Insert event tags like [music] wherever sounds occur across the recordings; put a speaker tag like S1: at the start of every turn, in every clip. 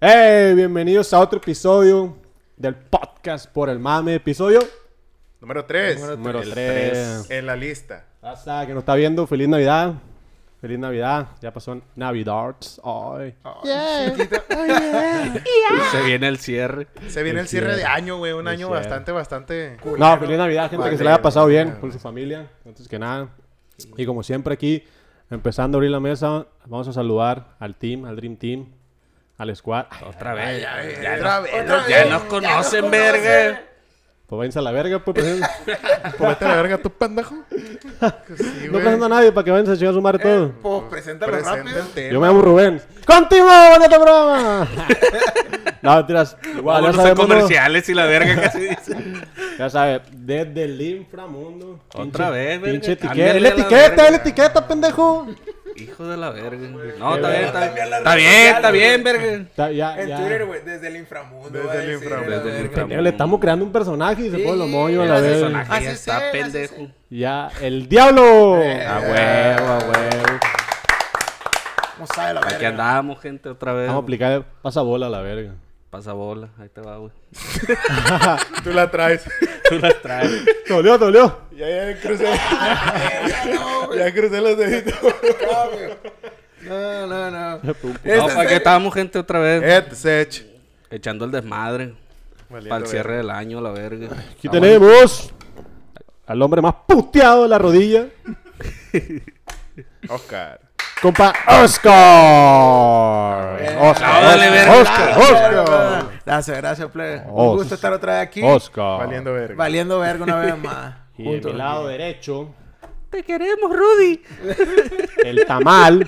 S1: Hey, bienvenidos a otro episodio del podcast por el mame, episodio
S2: Número 3.
S1: número
S3: El
S1: 3.
S2: En la lista.
S1: Hasta que nos está viendo, feliz Navidad. Feliz Navidad, ya pasó Navidad hoy.
S3: Se viene el cierre.
S2: Se viene el cierre de año, güey. Un año
S1: cierre.
S2: bastante, bastante cool.
S1: No, feliz Navidad, gente que se la haya
S2: Vale,
S1: pasado bien
S2: vale.
S1: con su familia, antes que nada. Y como siempre aquí, empezando a abrir la mesa, vamos a saludar al team, al Dream Team, al squad. Ay,
S3: Otra vez. Ya,
S2: Otra vez, otra
S3: ya
S2: vez.
S3: nos conocen, verga.
S1: Pues váyanse a la verga, pues. pues,
S2: [laughs] Ponete la verga tu pendejo. Sí,
S1: no
S2: güey.
S1: presento a nadie para que vayan a chingar su madre todo.
S4: Pues preséntalo
S2: Presenta
S4: rápido.
S2: el tema.
S1: Yo me llamo Rubén. ¡Continúa, bonito programa! [laughs] no, tiras. Igual, ya
S3: Vámonos a
S1: sabemos.
S3: comerciales y la verga casi dice.
S1: Ya sabes, desde el inframundo.
S3: Otra vez, verga.
S1: Pinche etiqueta.
S3: Cámbiale
S1: ¡Es la
S3: a la
S1: etiqueta! ¡Es la
S3: verga.
S1: etiqueta, pendejo!
S3: Hijo de la verga. No, está bien, está bien. Está bien, está bien, verga.
S1: Está- ya,
S4: En
S1: ya.
S4: Twitter, güey, desde el inframundo.
S2: Desde
S4: va a
S2: el
S4: decir,
S2: inframundo.
S4: la
S3: Desde el
S4: verga.
S3: inframundo.
S1: Ya Le estamos creando un personaje y se pone los moños a la
S3: El
S1: vez.
S3: personaje
S4: Así
S3: ya
S4: sea,
S3: está
S4: así
S3: pendejo. Ah,
S1: Ya, el diablo.
S3: Eh,
S1: a Ah, huevo, a huevo.
S4: No sabe la
S3: Aquí
S4: verga.
S3: andamos, gente, otra vez.
S1: Vamos a aplicar el pasabola a la verga.
S3: Pasa bola, ahí te va, güey.
S2: Tú la traes.
S3: Tú las traes.
S1: [laughs] Dolió, dolió.
S2: ya, ya crucé. ya crucé los deditos.
S4: No, güey. No, no, no.
S3: No, pues aquí estábamos, gente, otra vez.
S2: Ed Sech.
S3: Echando el desmadre.
S2: Valiendo
S3: Para el
S2: verga.
S3: cierre del año, la verga.
S1: Aquí
S3: Estamos-
S1: tenemos al hombre más puteado de la rodilla.
S2: Oscar.
S1: Compa Oscar. Oscar.
S3: Dale, verga.
S1: Oscar. Oscar.
S4: Gracias, gracias, plebe.
S1: Os-
S4: Un gusto estar otra vez aquí.
S1: Oscar.
S2: Valiendo verga.
S4: Valiendo verga una
S1: [laughs]
S4: vez más.
S1: Y de mi lado derecho,
S3: Te queremos, Rudy.
S1: el tamal,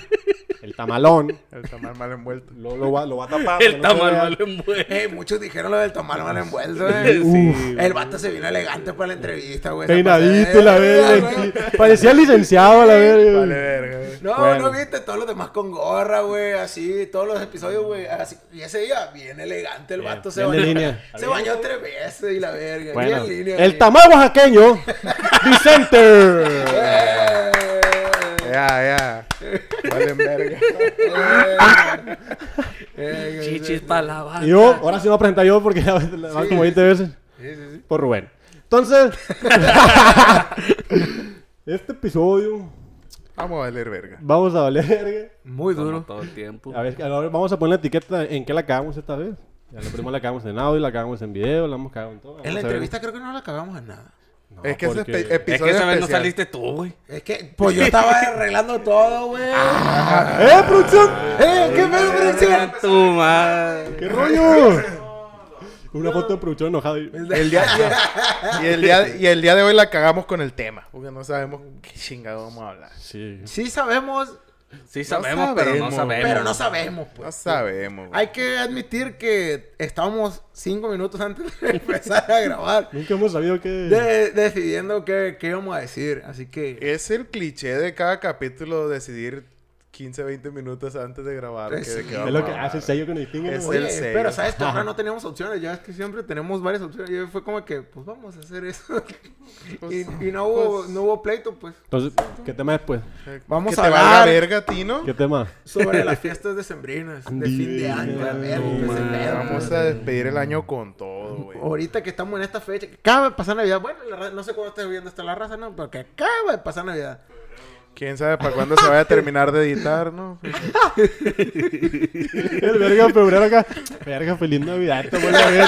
S1: el tamalón.
S2: El tamal mal envuelto.
S1: Lo, lo va, lo va a tapar.
S3: El
S1: que no se
S3: tamal
S1: vea.
S3: mal envuelto.
S4: Ey, Eh, muchos dijeron lo del tomar mal envuelto, güey.
S3: Sí,
S4: El vato se vino elegante para la entrevista, güey.
S1: Peinadito, la verga.
S4: güey.
S1: aquí. Parecía licenciado, la
S2: Vale
S1: verga.
S2: verga. güey.
S4: No,
S1: Bueno.
S4: no viste todos los demás con gorra, güey, así, todos los episodios, güey, así. Y ese día, bien elegante el vato, se
S1: bien de
S4: bañó.
S1: línea.
S4: Se bañó tres veces y la verga.
S1: Bueno,
S4: bien línea,
S1: el
S4: güey.
S1: tamal oaxaqueño, Vicente.
S4: Eh,
S2: Ya, ya. Vale verga.
S4: eh,
S3: Chichis para la
S1: Y
S3: banda.
S1: yo, ahora sí me voy a presentar yo porque la la- van como 20 veces. Por Rubén. Entonces, [laughs] este episodio
S2: Vamos a valer verga.
S1: vamos a valer. verga.
S4: Muy duro.
S3: Todo el tiempo.
S1: A ver, ahora vamos a poner la etiqueta en qué la cagamos esta vez. Ya la primero la cagamos en audio, la cagamos en video, la hemos cagado en todo.
S4: En
S1: Vamos
S4: la
S1: a ver.
S4: entrevista creo que no la acabamos en nada.
S1: No,
S2: Es que ese
S1: porque-
S2: epi-
S3: Es
S2: episodio
S3: que esa vez no
S2: especial.
S3: saliste tú, güey.
S4: Es que, pues yo estaba arreglando todo, güey.
S1: ¡Eh, producción!
S4: ¡Eh, qué pedo, producción!
S3: Tu madre.
S1: ¡Qué rollo! Una foto de producción enojado. y-
S2: El día, y, el día, y el día de hoy la cagamos con el tema. Porque no sabemos qué chingado vamos a hablar.
S1: Sí.
S4: Sí sabemos,
S3: Sí sabemos, pero no
S2: sabemos.
S3: sabemos.
S4: pero no sabemos, pues.
S2: No sabemos. güey.
S4: Hay que admitir que estábamos cinco minutos antes de [laughs] empezar a grabar
S1: Nunca hemos sabido que...
S4: de- decidiendo qué, qué íbamos a decir. Así que,
S2: Es el cliché de cada capítulo decidir 15, 20 minutos antes de grabar.
S4: Pues
S2: que- de
S4: sí.
S2: qué
S1: Es
S2: vamos
S1: lo que
S2: a hablar.
S1: hace el sello que nos distingue.
S2: Es
S1: ¿no?
S2: el-
S4: oye,
S2: serio.
S4: pero sabes que ahora no teníamos opciones. Ya es que siempre tenemos varias opciones. Y fue como que, pues vamos a hacer
S2: [laughs]
S4: eso. y, y no, hubo,
S2: pues-
S4: no hubo pleito, pues.
S1: Entonces, ¿qué tema después?
S4: Vamos
S2: que
S4: a
S2: te valga
S4: hablar.
S2: verga, Tino.
S1: ¿Qué tema?
S2: [laughs]
S4: Sobre las fiestas decembrinas, de fin de año, la verga, pues, el pedo,
S2: Vamos
S4: pues.
S2: a despedir el año con todo, güey.
S4: Ahorita que estamos en esta fecha, que acaba de pasar Navidad. Bueno, la ra- no sé cuándo estés viendo hasta la raza, ¿no? Porque acaba de pasar Navidad.
S2: Quién sabe para cuándo se vaya a terminar de editar, ¿no?
S1: El verga de febrero acá. Verga, feliz Navidad. Te voy a ver.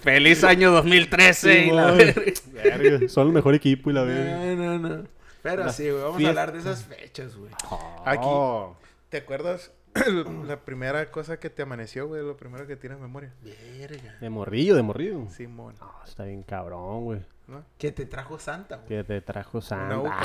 S3: Feliz año 2013. y la
S1: Simón.
S3: verga.
S1: Verga, Son el mejor equipo y la verga.
S4: No, no, no. Pero sí, güey, vamos a hablar de esas fechas, güey.
S2: Aquí,
S1: Oh.
S2: ¿te acuerdas [coughs] la primera cosa que te amaneció, güey? Lo primero que tienes memoria.
S4: Verga.
S1: De morrillo, de morrillo.
S2: Simón,
S1: No, está bien cabrón, güey.
S2: ¿no?
S4: Que te trajo Santa, güey.
S1: Que te trajo Santa.
S2: Una uca.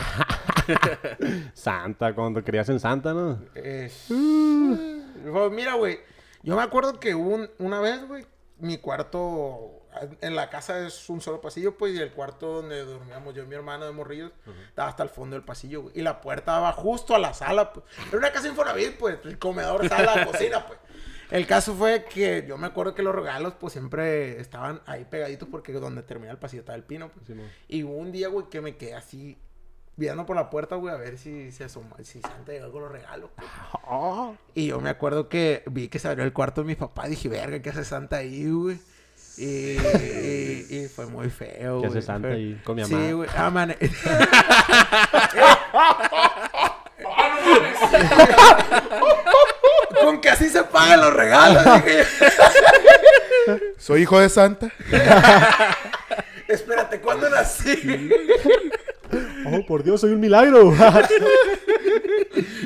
S1: [laughs] Santa, cuando creías en Santa, ¿no?
S4: Eh, pues, mira, güey, yo me acuerdo que hubo un- una vez, güey, mi cuarto en la casa es un solo pasillo, pues, y el cuarto donde dormíamos yo y mi hermano de morrillos estaba hasta el fondo del pasillo, güey, y la puerta daba justo a la sala, pues. Era una casa Infonavit, pues, el comedor, sala, cocina, pues. El caso fue que yo me acuerdo que los regalos, pues, siempre estaban ahí pegaditos porque donde termina el pasillo estaba el pino, pues.
S1: Simón.
S4: Y hubo un día, güey, que me quedé así mirando por la puerta, güey, a ver si se asoma, si Santa llegó con los regalos. güey.
S1: Oh,
S4: Y yo me acuerdo que vi que se abrió el cuarto de mi papá. Dije, verga, ¿qué hace Santa ahí, güey? Y, y- y fue muy feo, güey.
S1: ¿Qué hace Santa
S4: Fue-
S1: ahí con mi
S4: Sí,
S1: mamá?
S4: güey. Ah, man. [laughs] Con que así se pagan los regalos. dije yo.
S2: Soy hijo de Santa.
S4: Espérate, ¿cuándo nací?
S1: Oh, por Dios, soy un milagro. [laughs]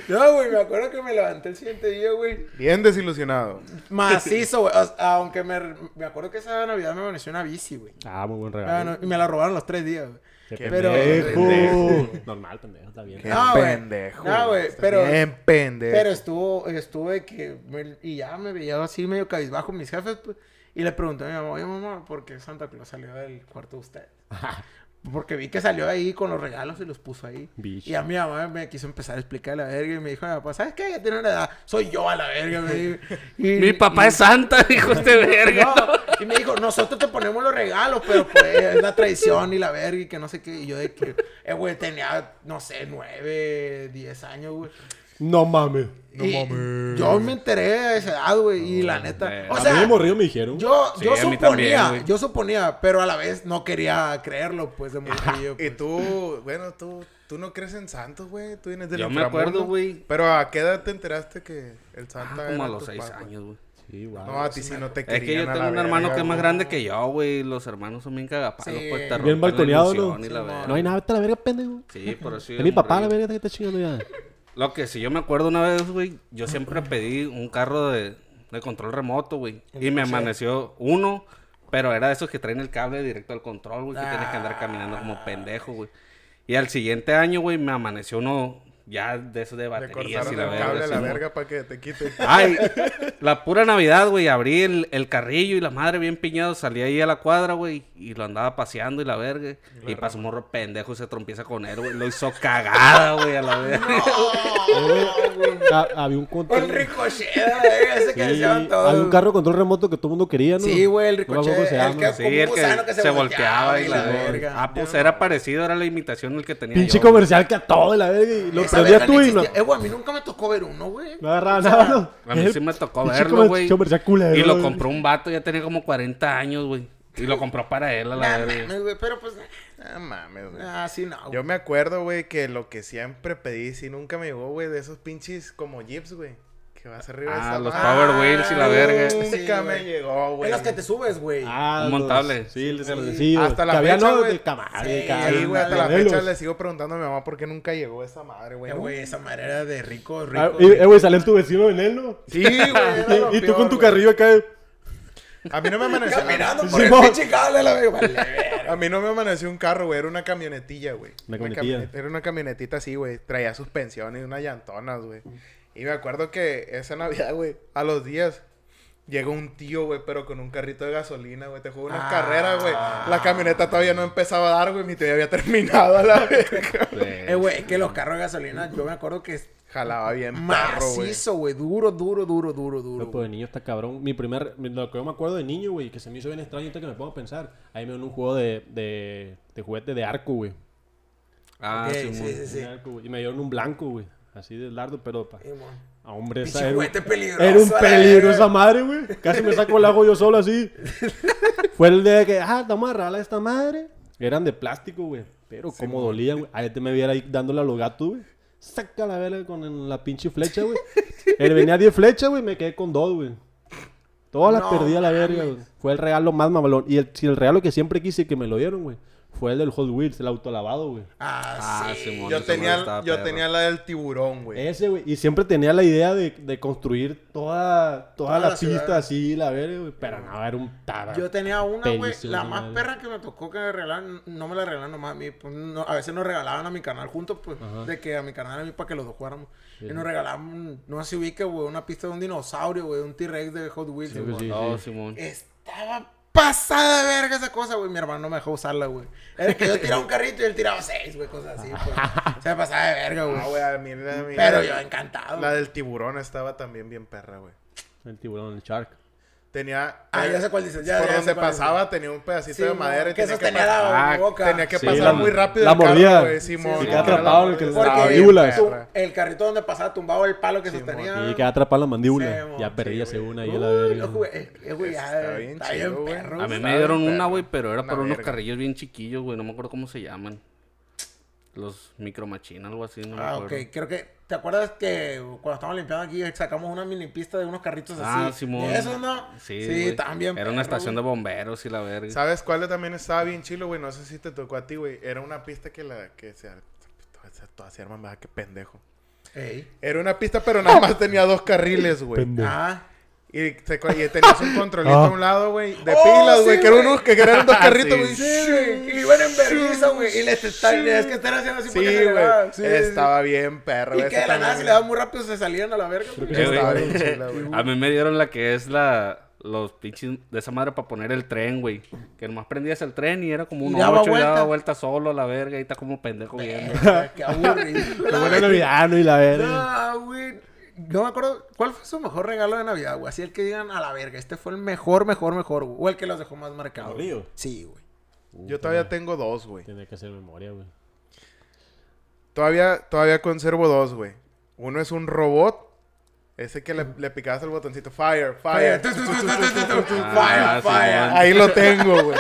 S4: No, güey, me acuerdo que me levanté el siguiente día, güey.
S2: Bien desilusionado.
S4: Macizo, güey. O sea, aunque me, me acuerdo que esa Navidad me amaneció una bici, güey.
S1: ah, muy buen
S4: Ah,
S1: regalo.
S4: no, y me la robaron los tres días, güey.
S1: Qué
S4: pero-
S1: pendejo. Normal, pendejo, está bien.
S2: Qué
S4: No, Ah, güey.
S2: pendejo.
S4: No, güey,
S2: Estás
S4: pero-
S2: Bien pendejo.
S4: Pero estuvo, estuve que. me- y ya me veía así medio cabizbajo mis jefes, pues, Y le pregunté a mi mamá, oye, mamá, ¿por qué Santa Claus salió del cuarto
S3: [laughs]
S4: de usted? Porque vi que salió ahí con los regalos y los puso ahí.
S1: Bicho.
S4: Y a mi mamá me quiso empezar a explicar la verga y me dijo, mi papá, ¿sabes qué? Ya tiene una edad, soy yo a la verga. Me dijo. Y-
S3: [laughs] Mi papá
S4: y-
S3: es santa, [laughs] dijo este verga.
S4: No, y me dijo, nosotros te ponemos los regalos, pero pues es la traición y la verga y que no sé qué. Y yo de que, eh, güey, tenía, no sé, nueve, diez años, güey.
S1: No mames.
S4: No Yo me enteré a esa edad, güey, y la neta.
S3: güey.
S4: O
S1: a
S4: sea,
S1: mí me morrió, me dijeron.
S4: yo,
S3: Sí,
S4: yo
S3: a mí
S4: suponía,
S3: también, güey.
S4: yo suponía, pero a la vez no quería creerlo, pues, [laughs] de morrillo.
S2: Y
S4: pues.
S2: tú, bueno, tú, tú no crees en santos, güey. Tú vienes del
S3: Yo me
S2: inframundo.
S3: acuerdo, güey.
S2: Pero ¿a qué edad te enteraste que el santa
S3: Ah, Como
S2: era
S3: a los
S2: tu
S3: seis
S2: papá?
S3: años, güey.
S1: Sí, guau.
S2: No, a ti sí no te
S3: Es
S2: querían
S3: que yo
S2: a la
S3: tengo un
S2: verga,
S3: hermano que es más
S2: güey.
S3: grande que yo, güey. Los hermanos son bien cagapalos,
S4: Sí.
S3: pues te
S1: Bien
S3: rompen
S1: balconeado,
S3: la
S1: ¿no?
S3: ilusión y la verga.
S1: No hay nada, vete a la verga, pendejo.
S3: Sí, por eso yo
S1: Es mi papá,
S3: morrí.
S1: la verga, que está chingando
S4: [laughs]
S1: ya.
S3: Lo que sí yo me acuerdo una vez, güey, yo siempre pedí un carro de, de control remoto, güey. Y me amaneció uno, pero era de esos que traen el cable directo al control, güey, que
S2: Ah.
S3: tienes que andar caminando como pendejo, güey. Y al siguiente año, güey, me amaneció uno ya de esos de
S2: Le
S3: baterías
S2: cortaron
S3: y la
S2: el
S3: verga.
S2: cable a la
S3: Simón.
S2: verga para que te
S3: [laughs]
S2: quite.
S3: Ay, la pura Navidad, güey. Abrí el, el carrillo y la madre bien piñado. Salí ahí a la cuadra, güey. Y lo andaba paseando y la verga. Y pasó un morro pendejo y se trompieza con él, güey. Lo hizo cagada,
S2: [laughs]
S3: güey, a la verga.
S1: Ah, Había un control.
S4: el ricochet, la verga, ese que
S1: Sí,
S4: deseaban todos.
S1: había un carro control remoto que todo el mundo quería, ¿no?
S4: Sí, güey, el
S1: No me acuerdo
S4: ricochet.
S1: cómo se
S4: el
S1: llama.
S4: que,
S3: Sí,
S4: como un
S3: el que
S4: gusano
S3: se, volteaba y la
S4: verga.
S3: verga. Ah, pues era parecido, era la imitación el que tenía
S1: Pinche
S3: yo, güey.
S1: comercial que a todo de la verga y lo
S4: Esa
S1: prendía
S4: verga no
S1: tú y no,
S4: existía. Eh, güey, a mí nunca me tocó ver uno, güey.
S1: no agarraba nada, ¿no?
S3: A mí
S1: Eh,
S3: sí me tocó
S1: pinche
S3: verlo,
S1: comer-
S3: güey.
S1: comercial culero,
S3: Y lo
S1: güey.
S3: compró un vato, ya tenía como 40 años, güey. Y lo compró para él, a la
S4: Nah,
S3: verga.
S4: mames, güey, pero pues,
S2: No mames, güey.
S4: ah, sí, no.
S2: Yo me acuerdo, güey, que lo que siempre pedí, si nunca me llegó, güey, de esos pinches como jeeps, güey. Que vas arriba de
S3: Ah,
S2: esa
S3: los
S2: madre. Ah,
S3: Power Wheels y la verga.
S4: Sí,
S2: Nunca me
S4: güey.
S2: llegó,
S4: En
S2: güey.
S4: las que te subes, güey. Eh,
S1: Ah,
S3: Un
S1: los-
S3: montable.
S1: Sí, el de los- sí,
S2: Hasta
S1: güey.
S2: la
S1: Que había,
S2: fecha,
S1: no,
S2: güey.
S1: de camarada,
S4: Sí,
S1: de cara,
S2: Sí, güey, hasta la
S1: modelos.
S2: fecha le sigo preguntando a mi mamá por qué nunca llegó esa madre, güey.
S4: Eh, güey, esa madre era de rico, rico.
S1: Ah, y, eh, güey, sale tu vecino en él, ¿no?
S2: Sí, güey. era
S1: [laughs] Y,
S2: lo
S1: y tú con tu
S2: peor, güey.
S1: carrillo acá. de-
S2: A mí no me amaneció.
S4: Caminando
S1: Sí,
S4: por el
S1: mo-
S4: pinche cable, la verga. [laughs] Vale, verga.
S2: A mí no me amaneció un carro, güey. Era una camionetilla, güey.
S1: Una camionetilla.
S2: camionet- Era una camionetita así, güey. Traía suspensión y unas llantonas, güey. Y me acuerdo que esa Navidad, güey, a los días, llegó un tío, güey, pero con un carrito de gasolina, güey. Te jugó unas carreras, güey. La camioneta todavía no empezaba a dar, güey. Mi tío ya había [laughs] terminado a la verga.
S4: Eh, güey, es que los carros de gasolina, yo me acuerdo que es
S2: Jalaba bien perro, güey.
S4: macizo, güey. Duro, duro, duro, duro, duro.
S1: Loco, pues, de niño está cabrón. Mi primer, mi- lo que yo me acuerdo de niño, güey, que se me hizo bien extraño ahorita que me pongo a pensar. Ahí me dio un juego de, de, de juguete de arco, güey.
S3: Ah,
S4: Ok,
S3: sí,
S4: sí, sí, sí.
S1: Un arco, güey. Y me dieron un blanco, güey. Así de lardo, pero pa-
S4: Sí, mo.
S1: a hombre
S4: Pinche
S1: esa era, un-
S4: juguete peligroso,
S1: era un
S4: a la
S1: peligro
S4: verga.
S1: esa madre, güey. Casi me saco el agua yo solo
S4: [laughs]
S1: así. Fue el día que, ah, estamos a agarrar a esta madre. Eran de plástico, güey. Pero cómo dolían, güey. Ahí te me viera ahí dándole a los gatos, güey. Saca la verga con el- la pinche flecha,
S4: [laughs]
S1: güey. Él venía 10 flechas, güey, me quedé con dos, güey. Todas las
S4: No
S1: perdí a la verga, güey. Fue el regalo más mamalón. Y el, si el regalo que siempre quise y que me lo dieron, güey, fue el del Hot Wheels, el autolavado, güey.
S4: Ah,
S3: Ah,
S4: sí.
S3: sí,
S2: Yo tenía, yo tenía la del tiburón, güey.
S1: Ese, güey. Y siempre tenía la idea de, de construir toda, toda, la,
S4: la ciudad.
S1: pista así, la verga, güey. Pero no, era un tara.
S4: Yo tenía una, güey,
S1: Delicioso,
S4: la más
S1: madre.
S4: perra que me tocó que me regalaron, no me la regalaron nomás a mí, pues, no, a veces nos regalaban a mi canal juntos, pues, de que a mi canal a mí para que los dos jugáramos. Y nos regalaban, no sé si ubique, güey, una pista de un dinosaurio, güey, un T-Rex de Hot Wheels.
S1: Creo que
S4: güey.
S1: sí, pues,
S3: No,
S1: sí.
S3: Oh, Simón.
S4: Eh, Estaba pasada de verga esa cosa, güey. Mi hermano no me dejó usarla, güey. Era que yo tiraba un carrito y él tiraba seis, güey, cosas así, pues. Se pasaba de verga,
S2: Ah,
S4: güey.
S2: güey, a mí la- a mí
S4: Pero
S2: la-
S4: yo encantado.
S2: La del tiburón estaba también bien perra, güey.
S1: El tiburón, el shark.
S2: tenía...
S5: Ah, ya sé cuál dices, ya,
S2: por
S5: ya sé
S2: donde
S5: cuál
S2: pasaba tenía un pedacito
S5: Sí,
S2: de madera y
S5: que
S2: tenía que,
S5: sostenía
S2: pasar,
S5: la
S3: Ah,
S5: boca.
S2: tenía que
S1: Sí,
S2: pasar
S1: la-
S2: muy rápido
S1: la
S2: el carro,
S1: mordía.
S2: güey,
S1: Sí,
S2: Simón.
S1: sí,
S2: no,
S1: queda
S2: era la
S1: atrapado en el
S2: mordida.
S1: que le
S2: Estaba
S1: daba
S2: bien,
S1: víbolas.
S2: perra.
S1: Tú-
S4: El carrito donde pasaba tumbado el palo que
S2: Sí,
S4: sostenía.
S1: Y que atrapar la mandíbula.
S4: Sí, mo.
S1: ya perdías
S4: Sí, güey.
S1: una y a la
S4: Uy,
S1: verga.
S4: no, güey, eh, eh, güey, ya,
S2: Está bien
S4: está
S2: chido,
S4: bien
S2: güey.
S4: perro,
S3: A mí me
S2: Estaba
S3: dieron
S2: bien
S3: una,
S2: perro.
S3: güey, pero era
S2: Una
S3: para unos
S2: verga.
S3: carrillos bien chiquillos, güey. No me acuerdo cómo se llaman. Los micromachina, algo así, no me
S4: Ah,
S3: acuerdo.
S4: ok. Creo que. ¿Te acuerdas que cuando estábamos limpiando aquí sacamos una mini pista de unos carritos así?
S3: Ah, Simón.
S4: Eso no.
S3: Sí,
S4: Sí,
S3: güey.
S4: también.
S3: Era una estación de bomberos y la verga.
S2: ¿Sabes cuál también estaba bien chilo, güey? No sé si te tocó a ti, güey. Era una pista que la... Que se... Todas se arman, ¿verdad? Qué pendejo.
S4: de. Ey.
S2: Era una pista, pero nada más tenía dos carriles, güey.
S1: Pendejo.
S4: Ah.
S2: Y, te, co- y tenías un controlito
S1: Ah.
S2: a un lado, güey, de
S4: Oh,
S2: pilas,
S4: sí,
S2: güey, que, eran
S4: güey.
S2: unos- que
S1: [laughs]
S2: eran dos carritos, güey.
S4: Sí, güey. Y iban en vergüenza, güey. Y les estaban. Es que están haciendo así
S2: Sí,
S4: porque se le
S2: güey.
S4: va. Sí, sí, sí.
S2: estaba bien, perro.
S4: Y
S2: güey,
S4: que
S2: ese
S4: de la nada,
S2: también,
S4: si le daban muy rápido, se salían a la verga. güey.
S1: que-
S3: Eh,
S2: Estaba
S3: güey.
S2: bien chila, güey.
S3: A mí me dieron la que es la... Los pinches de esa madre para poner el tren, güey. Que nomás prendías el tren y era como un
S4: Y daba
S3: 8 y daba
S4: vuelta.
S3: vuelta solo a la verga y está como pendejo
S1: [laughs]
S3: viendo.
S4: Verga, Qué aburrido.
S1: Qué buena Navidad, ¿no? Y la verga.
S4: No, güey. No me acuerdo. ¿Cuál fue su mejor regalo de Navidad, güey? Así el que digan a la verga. Este fue el mejor, mejor, mejor, güey. O el que los dejó más marcados.
S1: ¿Aburrido?
S4: Sí, güey.
S2: Yo todavía tengo dos, güey.
S1: Tiene que hacer memoria, güey.
S2: Todavía, todavía conservo dos, güey. Uno es un robot. Ese que le, le picabas el botoncito. Fire, fire.
S4: Tu, tu, tu, tu, tu, tu, tu.
S3: Ah,
S4: Fire, fire.
S3: Simón.
S2: Ahí lo tengo, güey.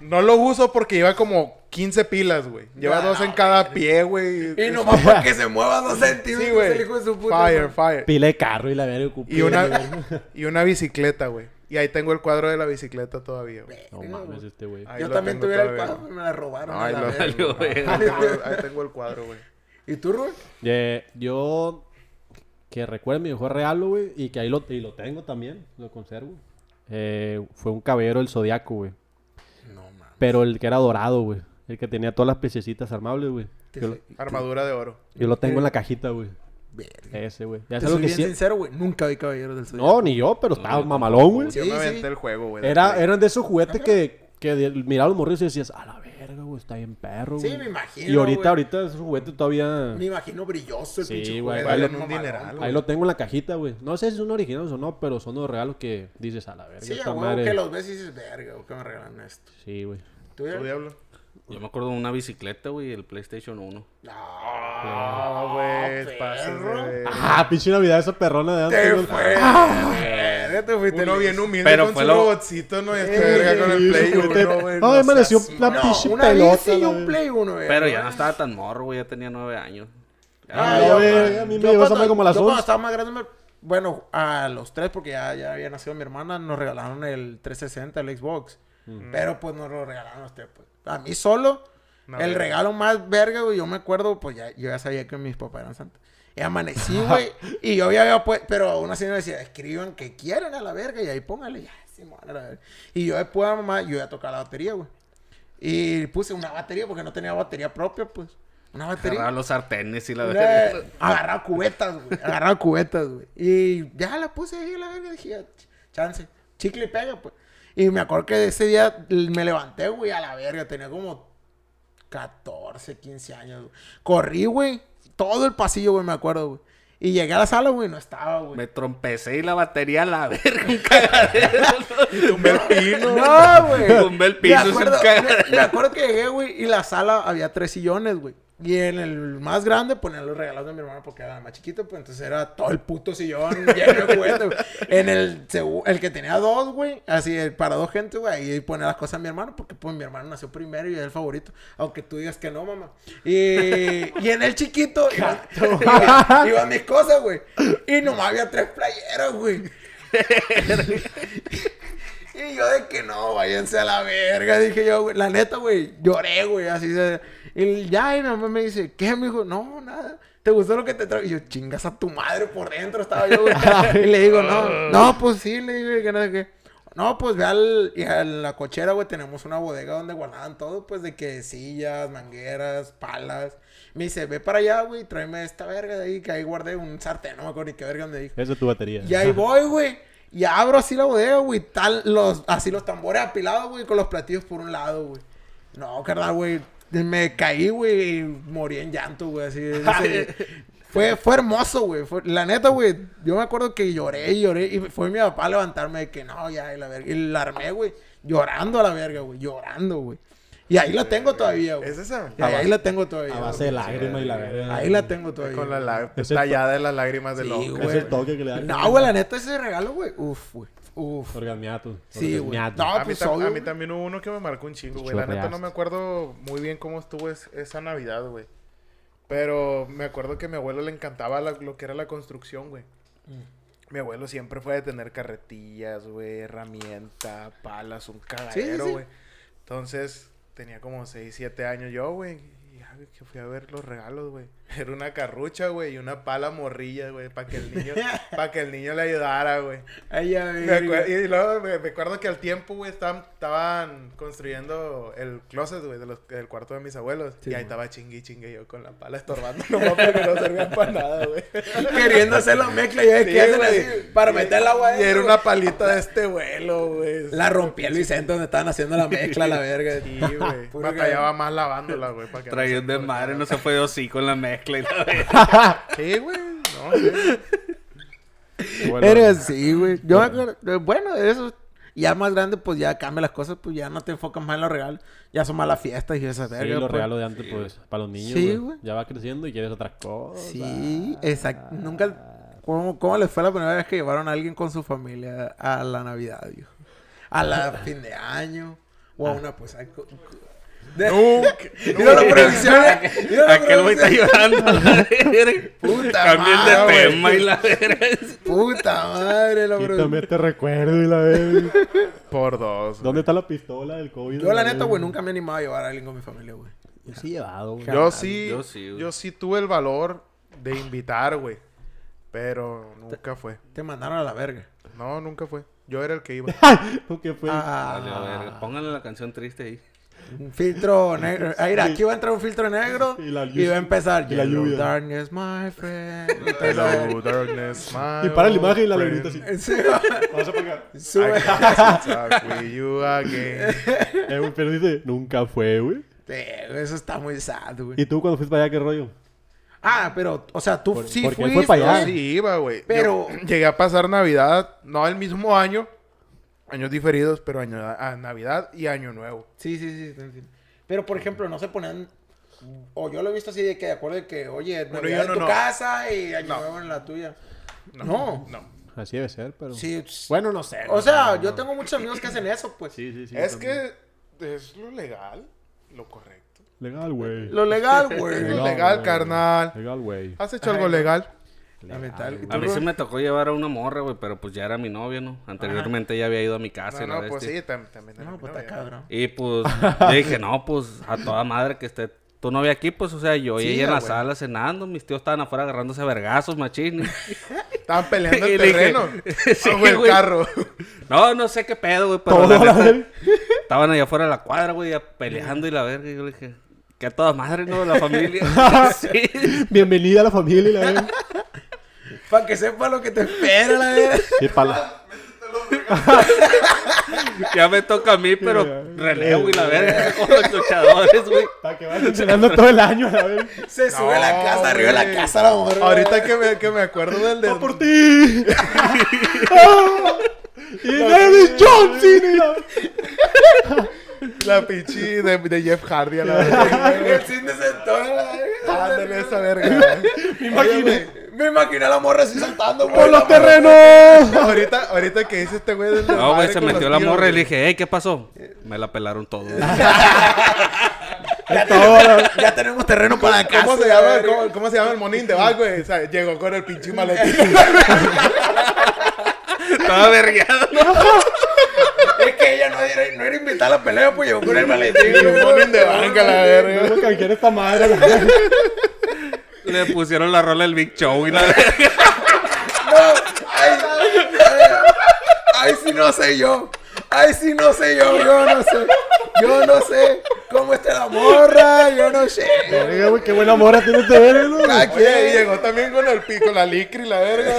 S2: No lo uso porque lleva como 15 pilas, güey. Lleva
S4: No,
S2: dos en cada pie, güey.
S4: Y nomás para que se mueva dos centímetros
S2: Sí,
S4: el
S2: güey.
S4: hijo de su puta.
S2: Fire,
S4: madre.
S2: fire.
S1: Pila de carro y la verga. ocupé,
S2: Y
S1: güey.
S2: una, y una bicicleta, güey. Y ahí tengo el cuadro de la bicicleta todavía, güey.
S1: No mames, este güey.
S2: Ahí
S4: Yo
S2: lo
S4: también
S2: tengo
S4: tuviera el
S2: todavía.
S4: cuadro y me la robaron. a
S2: Ay,
S4: la
S2: lo-
S4: verga.
S3: Valió verga.
S2: Ahí tengo- ahí tengo el cuadro, güey.
S4: ¿Y tú, Rubén?
S1: Eh, yo que recuerdo mi mejor regalo, güey, y que ahí lo, y lo tengo también, lo conservo. Eh, fue un caballero del zodiaco, güey.
S4: No, mames.
S1: Pero el que era dorado, güey. El que tenía todas las piececitas armables, güey. Yo, lo-
S2: Armadura de oro.
S1: yo lo tengo en la cajita, güey.
S4: Verga.
S1: Ese, güey. Ya es
S4: Te
S1: algo
S4: soy
S1: que
S4: bien
S1: sí.
S4: sincero, güey. Nunca vi Caballeros del Zodiaco.
S1: No, ni yo, pero estaba mamalón, güey.
S4: Sí,
S2: Yo me
S4: sí.
S2: aventé el juego, güey. de
S1: Era,
S2: Play.
S1: eran de esos juguetes que, que de- miraba los morridos y decías, a la verga, güey, está bien perro,
S4: Sí,
S1: güey.
S4: me imagino,
S1: Y ahorita,
S4: güey.
S1: ahorita esos juguetes todavía.
S4: Me imagino brilloso el
S1: Sí,
S4: pinche
S1: güey,
S4: juego.
S1: valen
S4: Bien
S2: un
S4: mamalón,
S2: dineral,
S4: güey.
S2: güey.
S1: Ahí lo tengo en la cajita, güey. No sé si son originales o no, pero son los regalos que dices a la verga.
S4: Sí, a
S1: esta
S4: huevo
S1: madre".
S4: que los ves y dices, verga, güey, que me regalan esto.
S1: Sí, güey.
S4: ¿Tú ya?
S2: ¿Tu diablo?
S3: Yo me acuerdo de una bicicleta, güey, el PlayStation 1.
S4: No,
S2: Ah, güey. pases de
S4: perro.
S2: ver.
S1: Ah, pinche Navidad esa perrona de antes.
S4: te
S1: güey.
S4: fue. verga, te fuiste
S2: Uno
S4: listo.
S2: bien humilde
S3: Pero
S2: con
S3: fue
S2: su
S3: lo-
S2: robotcito, ¿no? Y esta verga con el Play uno, güey.
S1: No,
S2: no
S1: me nació
S2: seas-
S1: la
S4: No,
S1: pinche
S4: una
S1: pelota.
S4: bici y
S1: la
S4: un
S1: verga.
S4: Play uno, güey.
S3: Pero ya no estaba tan morro, güey, ya tenía nueve años.
S1: Ah,
S4: yo-
S1: la verga, a mí me
S4: yo
S1: llegó esa
S4: cuando-
S1: madre como a las
S4: yo cuando
S1: 11.
S4: estaba más grande, me- bueno, a los tres, porque ya, ya había nacido mi hermana, nos regalaron el 360, el Xbox.
S2: Mm.
S4: Pero pues nos lo regalaron a usted, pues. A mí solo,
S2: No,
S4: el
S2: güey.
S4: regalo más verga, güey, yo me acuerdo, pues ya, yo ya sabía que mis papás eran santos. Y amanecí, güey,
S2: [laughs]
S4: y yo ya había puesto, pero una señora decía, escriban que quieran a la verga, y ahí póngale, ya, Simón, a la verga. Y yo después, mamá, yo ya tocaba la batería, güey. Y puse una batería, porque no tenía batería propia, pues. Una batería.
S3: Agarraba los sartenes y la verga.
S4: Una- Agarraba cubetas, güey. Agarraba cubetas, güey. Y ya la puse ahí, la verga. Dije, "Ah, ch- chance. Chicle y pega, pues. Y me acuerdo que ese día l- me levanté, güey, a la verga. Tenía como 14, 15 años, güey. Corrí, güey. Todo el pasillo, güey, me acuerdo, güey. Y llegué a la sala, güey, no estaba, güey.
S3: Me trompecé y la batería a la verga, un cagadero.
S2: Tumbé el pino.
S3: [laughs]
S4: No, güey.
S3: Tumbé el piso,
S4: me
S3: es un
S4: acuerdo,
S3: cagadero.
S4: me, me acuerdo que llegué, güey, y la sala había tres sillones, güey. Y en el más grande ponían los regalos de mi hermano porque era el más chiquito, pues entonces era todo el puto sillón [laughs] lleno de juguetes, güey. En el, segu- el que tenía dos, güey, así el- para dos gente, güey, ahí ponía las cosas a mi hermano porque pues mi hermano nació primero y es el favorito, aunque tú digas que no, mamá. Y, y en
S3: [laughs]
S4: el chiquito iban iba, iban mis cosas, güey. Y nomás había tres playeras, güey. Y yo de que no, váyanse a la verga, dije yo, güey. La neta, güey, lloré, güey, así. se- Y ya, y mamá me dice, ¿qué, mijo? No, nada. ¿Te gustó lo que te trajo? Y yo, chingas a tu madre por dentro, estaba yo, güey. Y le digo, no, no, pues sí, le digo, que no sé qué. No, pues ve al, y a la cochera, güey, tenemos una bodega donde guardaban todo, pues de que sillas, mangueras, palas. Me dice, ve para allá, güey, tráeme esta verga de ahí, que ahí guardé un sartén, no me acuerdo ni qué verga me dijo.
S1: Esa es tu batería. [laughs]
S4: Y ahí voy, güey. Y abro así la bodega, güey. Tal, los, así los tambores apilados, güey, con los platillos por un lado, güey.
S1: [laughs]
S4: No, carnal, güey. Me caí, güey, y morí en llanto, güey. Así. ese- Fue, fue hermoso, güey. Fue- La neta, güey. Yo me acuerdo que lloré y lloré. Y fue mi papá a levantarme de que no, ya, y la verga. Y la armé, güey. Llorando a la verga, güey. Llorando, güey. Y ahí la tengo todavía, güey.
S2: ¿Es esa?
S4: Y ahí, ahí la tengo todavía.
S1: A base de
S4: güey.
S1: lágrimas y la verga.
S4: Ahí la tengo todavía.
S2: Con la la-
S1: Ese
S2: tallada de las lágrimas del
S4: Sí,
S2: ojo.
S1: Es
S4: güey.
S1: el toque que le da.
S4: No, güey, la neta, ese regalo, güey. Uf, güey. Uf.
S1: Orgasmiato.
S4: Sí, güey.
S1: orgasmiato.
S4: No,
S2: A mí,
S4: pues,
S2: tam-
S4: obvio,
S2: a mí
S4: güey.
S2: también hubo uno que me marcó un chingo, güey. La neta no
S1: Chorreaste.
S2: me acuerdo muy bien cómo estuvo es- esa Navidad, güey. Pero me acuerdo que a mi abuelo le encantaba la- lo que era la construcción, güey.
S4: Mm.
S2: Mi abuelo siempre fue de tener carretillas, güey, herramienta, palas, un cagadero,
S4: sí.
S2: güey. Entonces, tenía como 6, 7 años yo, güey. Y ya, güey, que fui a ver los regalos, güey. [laughs] Era una carrucha, güey, y una pala morrilla, güey, para que el
S4: [laughs]
S2: niño, para que el niño le ayudara, güey.
S4: Ahí ya, güey.
S2: Me acuer- y luego me, me acuerdo que al tiempo, güey, estaban, estaban construyendo el closet, güey, de los- del cuarto de mis abuelos. y ahí estaba chingue y chingue yo con la pala estorbando [laughs] nomás porque no servían para nada, güey.
S4: [laughs] Queriendo hacer la mezcla. Ya es
S2: Sí,
S4: que hacen
S2: güey.
S4: así. Para
S2: Y-
S4: meter el agua
S2: Y era
S4: adentro,
S2: una palita de este vuelo, güey.
S4: La rompí el Vicente donde estaban haciendo la mezcla, la verga.
S2: Sí, güey.
S4: Puro
S2: Batallaba más lavándola, güey, para que no
S3: Traía
S2: se-
S3: un desmadre, no se fue así con la mezcla y la verga.
S2: Sí, güey. No, sí.
S1: Bueno,
S4: Pero sí, güey. Yo me acuerdo- eh, bueno, eso ya más grande, pues ya cambia las cosas, pues ya no te enfocas más en los regalos, ya son más las fiestas y esa verga.
S1: Sí, los
S4: pues.
S1: regalos de antes, pues, para los niños,
S4: Sí,
S1: güey.
S4: güey.
S1: Ya va creciendo y quieres otras cosas.
S4: Sí, exacto. Nunca. ¿cómo, ¿Cómo les fue la primera vez que llevaron a alguien con su familia a la Navidad, viejo? A
S1: Ah.
S4: la fin de año o a una pues. [laughs] Mira las previsiones. Mira las
S3: Aquel güey está
S4: previsiones.
S3: llorando. [laughs] la verga.
S4: Puta
S3: Cambien
S4: madre,
S3: de
S4: güey.
S3: tema y la verga.
S4: Puta madre, la
S1: Quítame
S4: producción.
S1: este recuerdo y la verga.
S2: Por dos.
S1: [laughs]
S2: güey.
S1: ¿Dónde está la pistola del COVID?
S4: Yo, la neta, güey, nunca me he animado a llevar a alguien con mi familia, güey.
S1: Yo sí he llevado, güey.
S2: Yo sí,
S3: Yo sí, güey.
S2: yo sí tuve el valor de invitar, güey. Pero nunca fue.
S4: Te mandaron a la verga.
S2: No, nunca fue. Yo era el que
S1: [laughs]
S2: iba.
S1: [laughs] ¿Tú qué fue?
S3: Vale,
S4: Ah,
S3: la verga. Pónganle la canción triste ahí.
S4: un filtro negro. Ah, mira, aquí va a entrar un filtro negro
S1: Y la
S4: y va a empezar.
S1: y la
S4: Yellow
S1: lluvia.
S4: Darkness, my friend.
S1: [laughs]
S2: Hello, darkness, my
S1: y para la imagen y la
S2: friend.
S1: negrita así.
S4: Sí,
S1: [laughs]
S4: va.
S1: Vamos a pagar.
S4: Sube.
S2: I can't talk with you
S1: [laughs]
S2: again.
S1: Eh, güey, pero dice, nunca fue, güey.
S4: Sí, Eso está muy sad, güey.
S1: ¿Y tú cuando fuiste para allá, qué rollo?
S4: Ah, pero, o sea, tú sí
S1: porque él
S4: fuiste.
S1: fue para allá.
S2: Yo sí iba, güey.
S4: Pero-
S2: Yo llegué a pasar Navidad, no el mismo año, años diferidos, pero año, a Navidad y Año Nuevo.
S4: Sí, sí, sí. te entiendo. Pero, por ejemplo, no se ponían... O yo lo he visto así de que de acuerdo de que, oye,
S2: Bueno,
S4: Navidad
S2: yo no,
S4: en tu
S2: no.
S4: casa y año
S2: No.
S4: nuevo en la tuya. No.
S2: No.
S1: Así debe ser, pero...
S4: Sí. pues,
S1: Bueno, no sé.
S4: O sea, yo tengo muchos amigos que hacen eso, pues.
S1: Sí, sí, sí.
S2: es que es lo legal, lo correcto.
S1: Legal, güey.
S4: Lo legal,
S2: Es
S4: güey.
S2: lo
S1: Legal,
S2: legal,
S1: güey.
S2: carnal.
S1: Legal,
S4: [laughs]
S1: güey.
S2: ¿Has hecho algo legal?
S4: Lamentable.
S3: A mí sí me tocó llevar a una morra, güey, pero pues ya era mi novia, ¿no? Anteriormente ya había ido a mi casa. y la
S2: no, no, pues
S3: bestia.
S2: sí, tam- también. era
S4: No,
S2: mi
S4: pues
S2: novia.
S4: está cabrón.
S3: Y
S4: [laughs]
S3: pues yo dije, no, pues a toda madre que esté tu novia aquí, pues o sea, yo y
S4: Sí,
S3: ella en la
S4: güey.
S3: sala cenando, mis tíos estaban afuera agarrándose a vergazos, machín.
S2: Estaban peleando
S3: [laughs] Y
S2: el
S3: le dije-
S2: terreno.
S3: Sí,
S2: Bajo el
S3: güey.
S2: carro.
S3: [laughs] No, no sé qué pedo, güey, pero
S1: Todo
S3: la
S1: la [laughs]
S3: neta,
S1: verga.
S3: estaban allá afuera de la cuadra, güey, ya peleando y la verga. Y yo le dije, que a toda madre, ¿no? La
S4: [laughs]
S3: familia. [laughs] sí.
S1: Bienvenida a la familia y la verga.
S4: Para que sepa lo que te espera, la verdad.
S1: Sí, para la...
S3: Ya me toca a mí, pero
S1: güey.
S3: relevo y la verga con los luchadores, güey.
S1: Para que [laughs] vayan cenando todo el año, la verga.
S4: Se sube a la
S2: No,
S4: casa, arriba de la
S2: güey.
S4: casa, la morra.
S2: Ahorita que me, que me acuerdo del de...
S1: ¡Va por ti! [laughs] ¡Y David Johnson! y la-
S2: La pinche de, de Jeff Hardy a la verga.
S4: El cine se entona, la verga.
S2: Ándale esa verga.
S4: Me imaginé. Me imaginé a la morra así saltando, güey.
S1: ¡Por
S4: la
S1: los
S4: morra.
S1: terrenos!
S2: ahorita, ahorita que dice este güey del
S3: No, güey,
S2: desmadre
S3: se
S2: con
S3: metió
S2: los
S3: la
S2: tiros,
S3: morra y le
S2: güey.
S3: dije, hey, ¿qué pasó? Me la pelaron todos. [laughs]
S1: [laughs]
S4: Ya tenemos, ya tenemos terreno para la casa.
S3: "Ah,
S2: ¿Cómo se,
S4: la
S2: llama,
S4: verga.
S2: cómo, cómo se llama el monín de Val, güey? O sea, llegó con el pinche maletín.
S3: Estaba vergueado, ¿no?
S4: Es que ella no era, no era invitada a la pelea, pues llegó con el maletín.
S2: Y un monín de banca, la verga.
S1: No canjear esta madre, la verga.
S3: Le pusieron la rola del Big Show y la verga.
S4: Ay, ay, sí no sé yo. Ay, sí no sé yo. Yo no sé. Yo no sé cómo está la morra. Yo no sé.
S1: Verga, güey, qué buena mora tiene este verga, ¿no?
S4: Aquí
S2: Oye, y llegó también con el pico, la licra y la verga.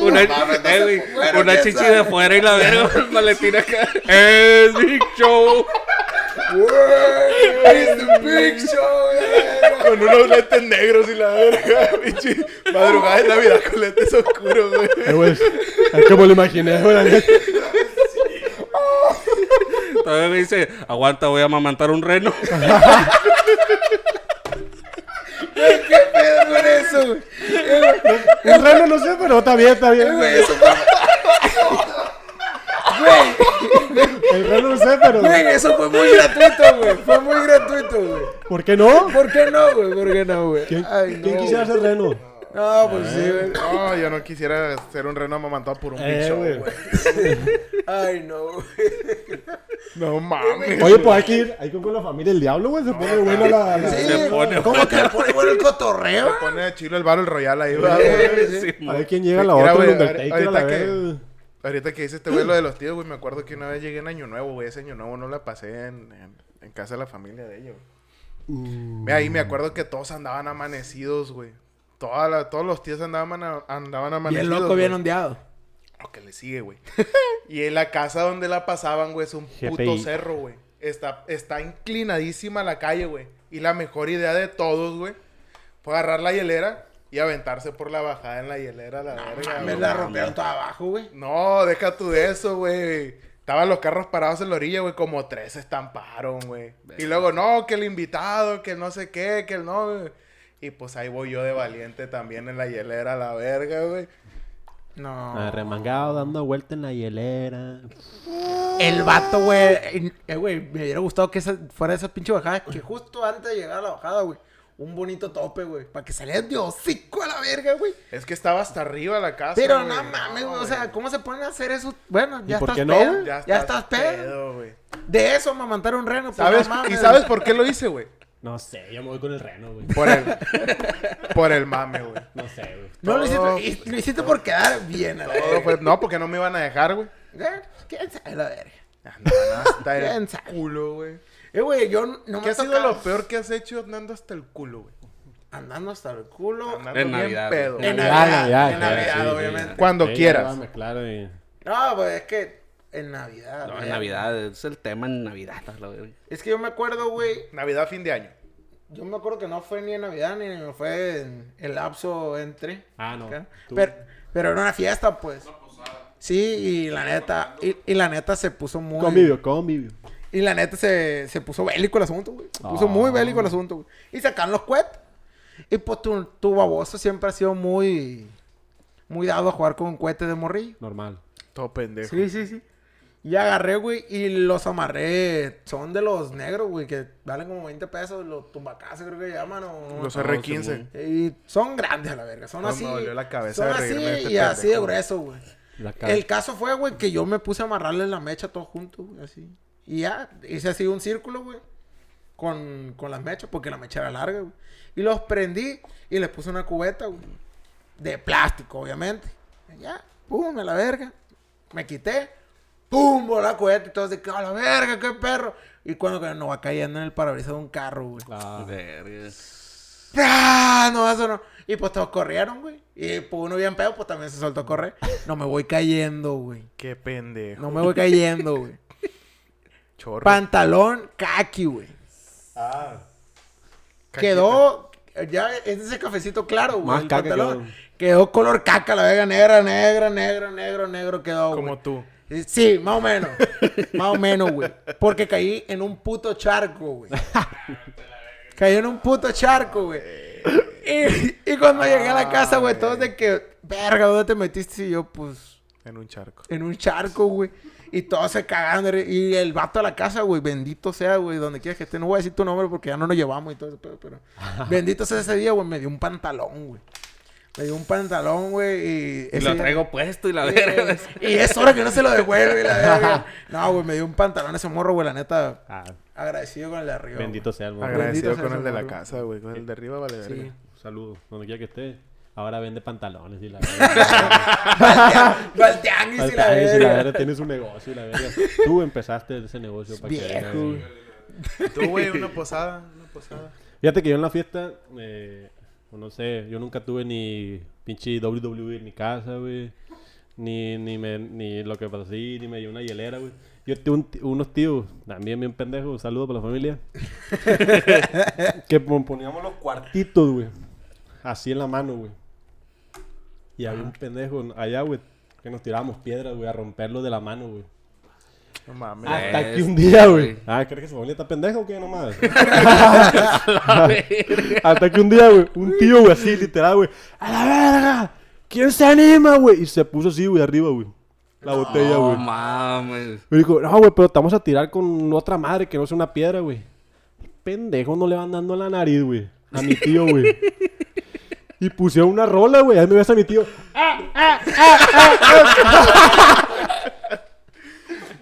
S3: Una,
S4: mames, no
S3: eh,
S4: se
S3: güey,
S4: fueron,
S3: una
S4: quién
S3: chichi [laughs]
S4: sabe.
S3: de fuera y la verga. un Maletín acá. Es Big Show.
S4: It's the big show, güey.
S2: Con unos lentes negros y la verga, pinche. Madrugada de Navidad con lentes oscuros, güey.
S1: Eh, güey, es como lo imaginé, güey. la neta.
S3: Todavía me dice, aguanta, voy a amamantar un reno.
S4: ¿Qué pedo con eso, güey?
S1: El reno no sé, pero está bien, está bien.
S4: Güey, eso fue-
S1: El reno no sé, pero.
S4: güey, eso fue muy gratuito, güey. Fue muy gratuito, güey.
S1: ¿Por qué no?
S4: ¿Por qué no, güey? ¿Por qué no, güey?
S1: ¿Quién,
S4: Ay,
S1: quién
S4: no,
S1: quisiera
S4: güey.
S1: ser reno?
S4: No, pues sí, güey.
S2: No, yo no quisiera ser un reno amamantado por un
S1: Eh,
S2: bicho,
S1: güey.
S2: güey.
S4: Ay, no, güey.
S2: No mames.
S1: Oye, pues hay que ir. Hay que ir con la familia del diablo, güey. Se pone buena la. la-
S4: Sí,
S3: Se pone
S4: ¿Cómo te pone bueno el cotorreo?
S2: Pone de chilo el Battle Royale ahí, va, güey.
S3: Sí,
S1: A
S3: mo-
S1: ver quién llega a la
S2: Mira,
S1: otra.
S2: güey,
S1: el Undertaker,
S2: ahorita
S1: a la
S2: que-
S1: vez.
S2: Ahorita que dice este güey lo de los tíos, güey, me acuerdo que una vez llegué en Año Nuevo, güey. Ese Año Nuevo no la pasé en, en- en casa de la familia de ellos. Ve Ahí me acuerdo que todos andaban amanecidos, güey. Toda la- todos los tíos andaban, a- andaban amanecidos.
S4: Bien loco, bien
S2: güey.
S4: ondeado.
S2: Lo que le sigue, güey. [laughs] y en la casa donde la pasaban, güey, es un puto
S1: GPI.
S2: cerro, güey. Está, está inclinadísima la calle, güey. Y la mejor idea de todos, güey, fue agarrar la hielera y aventarse por la bajada en la hielera, la verga.
S4: Me
S2: güey.
S4: la rompieron toda abajo, güey.
S2: No, deja tú de eso, güey. Estaban los carros parados en la orilla, güey. Como tres se estamparon, güey. Y luego, no, que el invitado, que el no sé qué, que el no, güey. Y pues ahí voy yo de valiente también en la hielera, a la verga, güey.
S1: Ah,
S4: No.
S1: Remangado, dando vuelta en la hielera.
S4: El vato, güey. en- eh, güey, me hubiera gustado que esa, fuera esa pinche bajada. Que justo antes de llegar a la bajada, güey. Un bonito tope, güey. Para que saliera de hocico a la verga, güey.
S2: Es que estaba hasta arriba la casa.
S4: Pero
S2: Ah, güey.
S4: no mames, güey. O sea,
S2: güey.
S4: ¿cómo se ponen a hacer eso? Bueno, ya
S1: por
S4: estás
S1: qué no,
S4: pedo.
S1: güey?
S4: Ya, estás pedo.
S2: güey.
S4: De eso amamantar un reno. pues,
S2: ¿Sabes?
S4: no mames.
S2: ¿Y sabes por qué lo hice, güey?
S1: No sé, yo me voy con el reno, güey.
S4: Pues,
S2: Por
S4: [laughs]
S2: el, por el mame, güey.
S1: No sé, güey.
S4: No lo
S2: Todo-
S4: hiciste, y- lo hiciste por quedar bien a la
S2: Todo
S4: verga.
S2: fue- no, porque no me iban a dejar, güey.
S4: Eh, ¿Quién sabe la verga?
S2: Andaban hasta
S4: ¿Quién
S2: el
S4: sabe?
S2: culo, güey.
S4: Eh, güey, yo no- no
S2: ¿Qué
S4: me
S2: ha sido
S4: tocado-
S2: lo peor que has hecho andando hasta el culo, güey?
S4: Andando hasta el culo.
S2: Andando
S3: En
S2: bien
S3: Navidad,
S2: pedo.
S3: güey.
S4: En
S1: Navidad,
S4: Navidad,
S1: Navidad,
S4: en
S1: claro,
S4: Navidad,
S1: sí,
S4: obviamente.
S1: sí.
S2: Cuando
S1: Sí,
S2: quieras.
S1: ya va a mezclar, eh.
S4: No, pues es que en Navidad.
S3: No,
S4: güey.
S3: en Navidad, es el tema en Navidad. a la verga.
S4: Es que yo me acuerdo, güey.
S2: Navidad, fin de año.
S4: Yo me acuerdo que no fue ni en Navidad ni fue en el lapso entre.
S1: Ah, no.
S4: Acá.
S1: Tú.
S4: Pero, pero era una fiesta, pues. Sí, y la neta, y, y la neta se puso muy.
S1: Convivio, convivio.
S4: Y la neta se, se puso bélico el asunto, güey. Se puso
S1: Ah.
S4: muy bélico el asunto, güey. Y sacaron los cohetes. Y pues tu, tu baboso siempre ha sido muy. Muy dado a jugar con cohetes de morrillo.
S1: Normal.
S2: Todo pendejo.
S4: Sí, sí, sí. Y agarré, güey, y los amarré. Son de los negros, güey, que valen como 20 pesos. Los tumbacazos creo que llaman. O...
S2: Los
S3: No,
S2: R15.
S4: Y son grandes a la verga. Son
S2: No,
S4: así.
S2: me dolió la cabeza
S4: son
S2: de
S4: así
S2: reírme de este
S4: y así de
S2: pendejo.
S4: grueso, güey.
S1: La cara.
S4: El caso fue, güey, que yo me puse a amarrarle la mecha todo junto, güey, así. Y ya, hice así un círculo, güey. Con, con las mechas, porque la mecha era larga, güey. Y los prendí y les puse una cubeta, güey. De plástico, obviamente. Y ya, pum, a la verga. Me quité. Pum, voló la cubeta y todo así, que, a la verga, qué perro. Y cuando que nos va cayendo en el parabrisas de un carro, güey.
S1: Ah,
S3: Verga.
S4: ¡Ah! No, eso no. Y pues todos corrieron, güey. Y pues uno bien pedo, pues también se soltó a correr. No me voy cayendo, güey.
S2: Qué pendejo.
S4: No me voy
S1: [laughs]
S4: cayendo, güey.
S2: Chorro.
S4: Pantalón kaki, güey. Quedó. Ya es ese cafecito claro, güey.
S1: Más
S4: el
S1: caca
S4: pantalón.
S1: quedó.
S4: Quedó. color caca, la vega negra, negra, negro, negro, negro quedó, güey.
S2: Como tú.
S4: Sí, más o menos. más o menos, güey. Porque caí en un puto charco,
S1: [laughs]
S4: güey. caí en un puto charco, güey. Y, y cuando llegué a
S1: Ah,
S4: la casa, güey, todos de que, verga, ¿dónde te metiste? Y yo, pues,
S2: En un charco.
S4: en un charco, güey. Y todos se cagaron. de ri- Y el vato de la casa, güey, bendito sea, güey, donde quieras que esté. No voy a decir tu nombre porque ya no nos llevamos y todo eso, pero, pero bendito sea ese día, güey, me dio un pantalón, güey. Me dio un pantalón, güey, y...
S3: Y
S4: ese
S3: lo
S4: día-
S3: traigo puesto y la
S4: [laughs]
S3: verga.
S4: Sí, Y es hora que no se lo devuelve, la verga. No, güey, me dio un pantalón ese morro, güey, la neta.
S1: ah,
S4: Agradecido con el de arriba.
S1: bendito sea el mundo.
S2: Agradecido
S4: Bendito
S2: con
S4: sea
S2: el de la
S4: Dios.
S2: casa, güey. Con el de arriba, vale,
S4: güey.
S2: verga.
S1: Un Saludo, donde quiera que esté. Ahora vende pantalones
S4: [laughs]
S1: y la verga.
S4: Sí. Va al tianguis y la
S1: Pantallas y la
S4: verga.
S1: verga, tienes un negocio y la verga. Tú empezaste ese negocio para que
S4: Viejo.
S1: veas.
S2: Tú, güey, una posada. Una posada.
S1: Fíjate que yo en la fiesta, eh, no sé, yo nunca tuve ni pinche WWE en mi E casa, güey. Ni, ni, me, ni lo que pasó, sí, ni me dio una hielera, güey. Yo tuve un ti- unos tíos, también bien pendejos, saludos para la familia. que pon- poníamos los cuartitos, güey. Así en la mano, güey. Y había un pendejo allá, güey, que nos tirábamos piedras, güey, a romperlo de la mano, güey.
S2: No mames.
S3: Ah.
S1: Hasta que
S3: Este,
S1: un día, güey.
S3: güey.
S1: Ah, ¿crees que su familia está pendeja o qué
S3: [laughs]
S1: nomás?
S3: La verga.
S1: Hasta que un día, güey, un tío, güey, así, literal, güey. ¡A la verga! ¿Quién se anima, güey? Y se puso así, güey, arriba, güey. La botella,
S3: No
S1: güey.
S3: mames.
S1: Me dijo, no, güey, pero te vamos a tirar con otra madre que no sea una piedra, güey. Pendejo, no le van dando en la nariz, güey. A mi tío, güey. Y pusieron una rola, güey. Ahí me ves a mi tío. ¡Ah, ah, ah, ah, ah!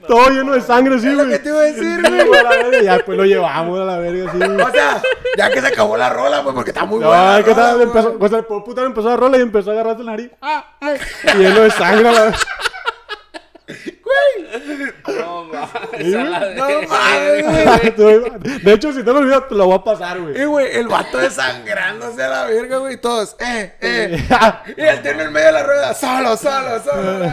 S1: Todo lleno de sangre, sí, güey.
S4: ¿Qué te iba a decir,
S1: Sí, güey, a la verga. Ya, pues lo llevamos a la verga, sí, güey.
S4: O sea, ya que se acabó la rola, güey, porque está muy
S1: No,
S4: buena.
S1: es que
S4: la
S1: tal,
S4: rola,
S1: empezó,
S4: güey.
S1: o sea, el puta le empezó a rola y empezó a agarrarse la nariz. ¡Ah, ay! Lleno de sangre, la
S3: No mames.
S1: Sí,
S3: a la
S1: güey.
S3: verga.
S1: [laughs] De hecho, si te lo olvidas, te lo voy a pasar, güey.
S4: Y, güey, el vato desangrándose a la verga, güey. y Todos, eh, eh. Y él tiene en medio de la rueda, solo,
S1: [laughs]
S4: solo, solo.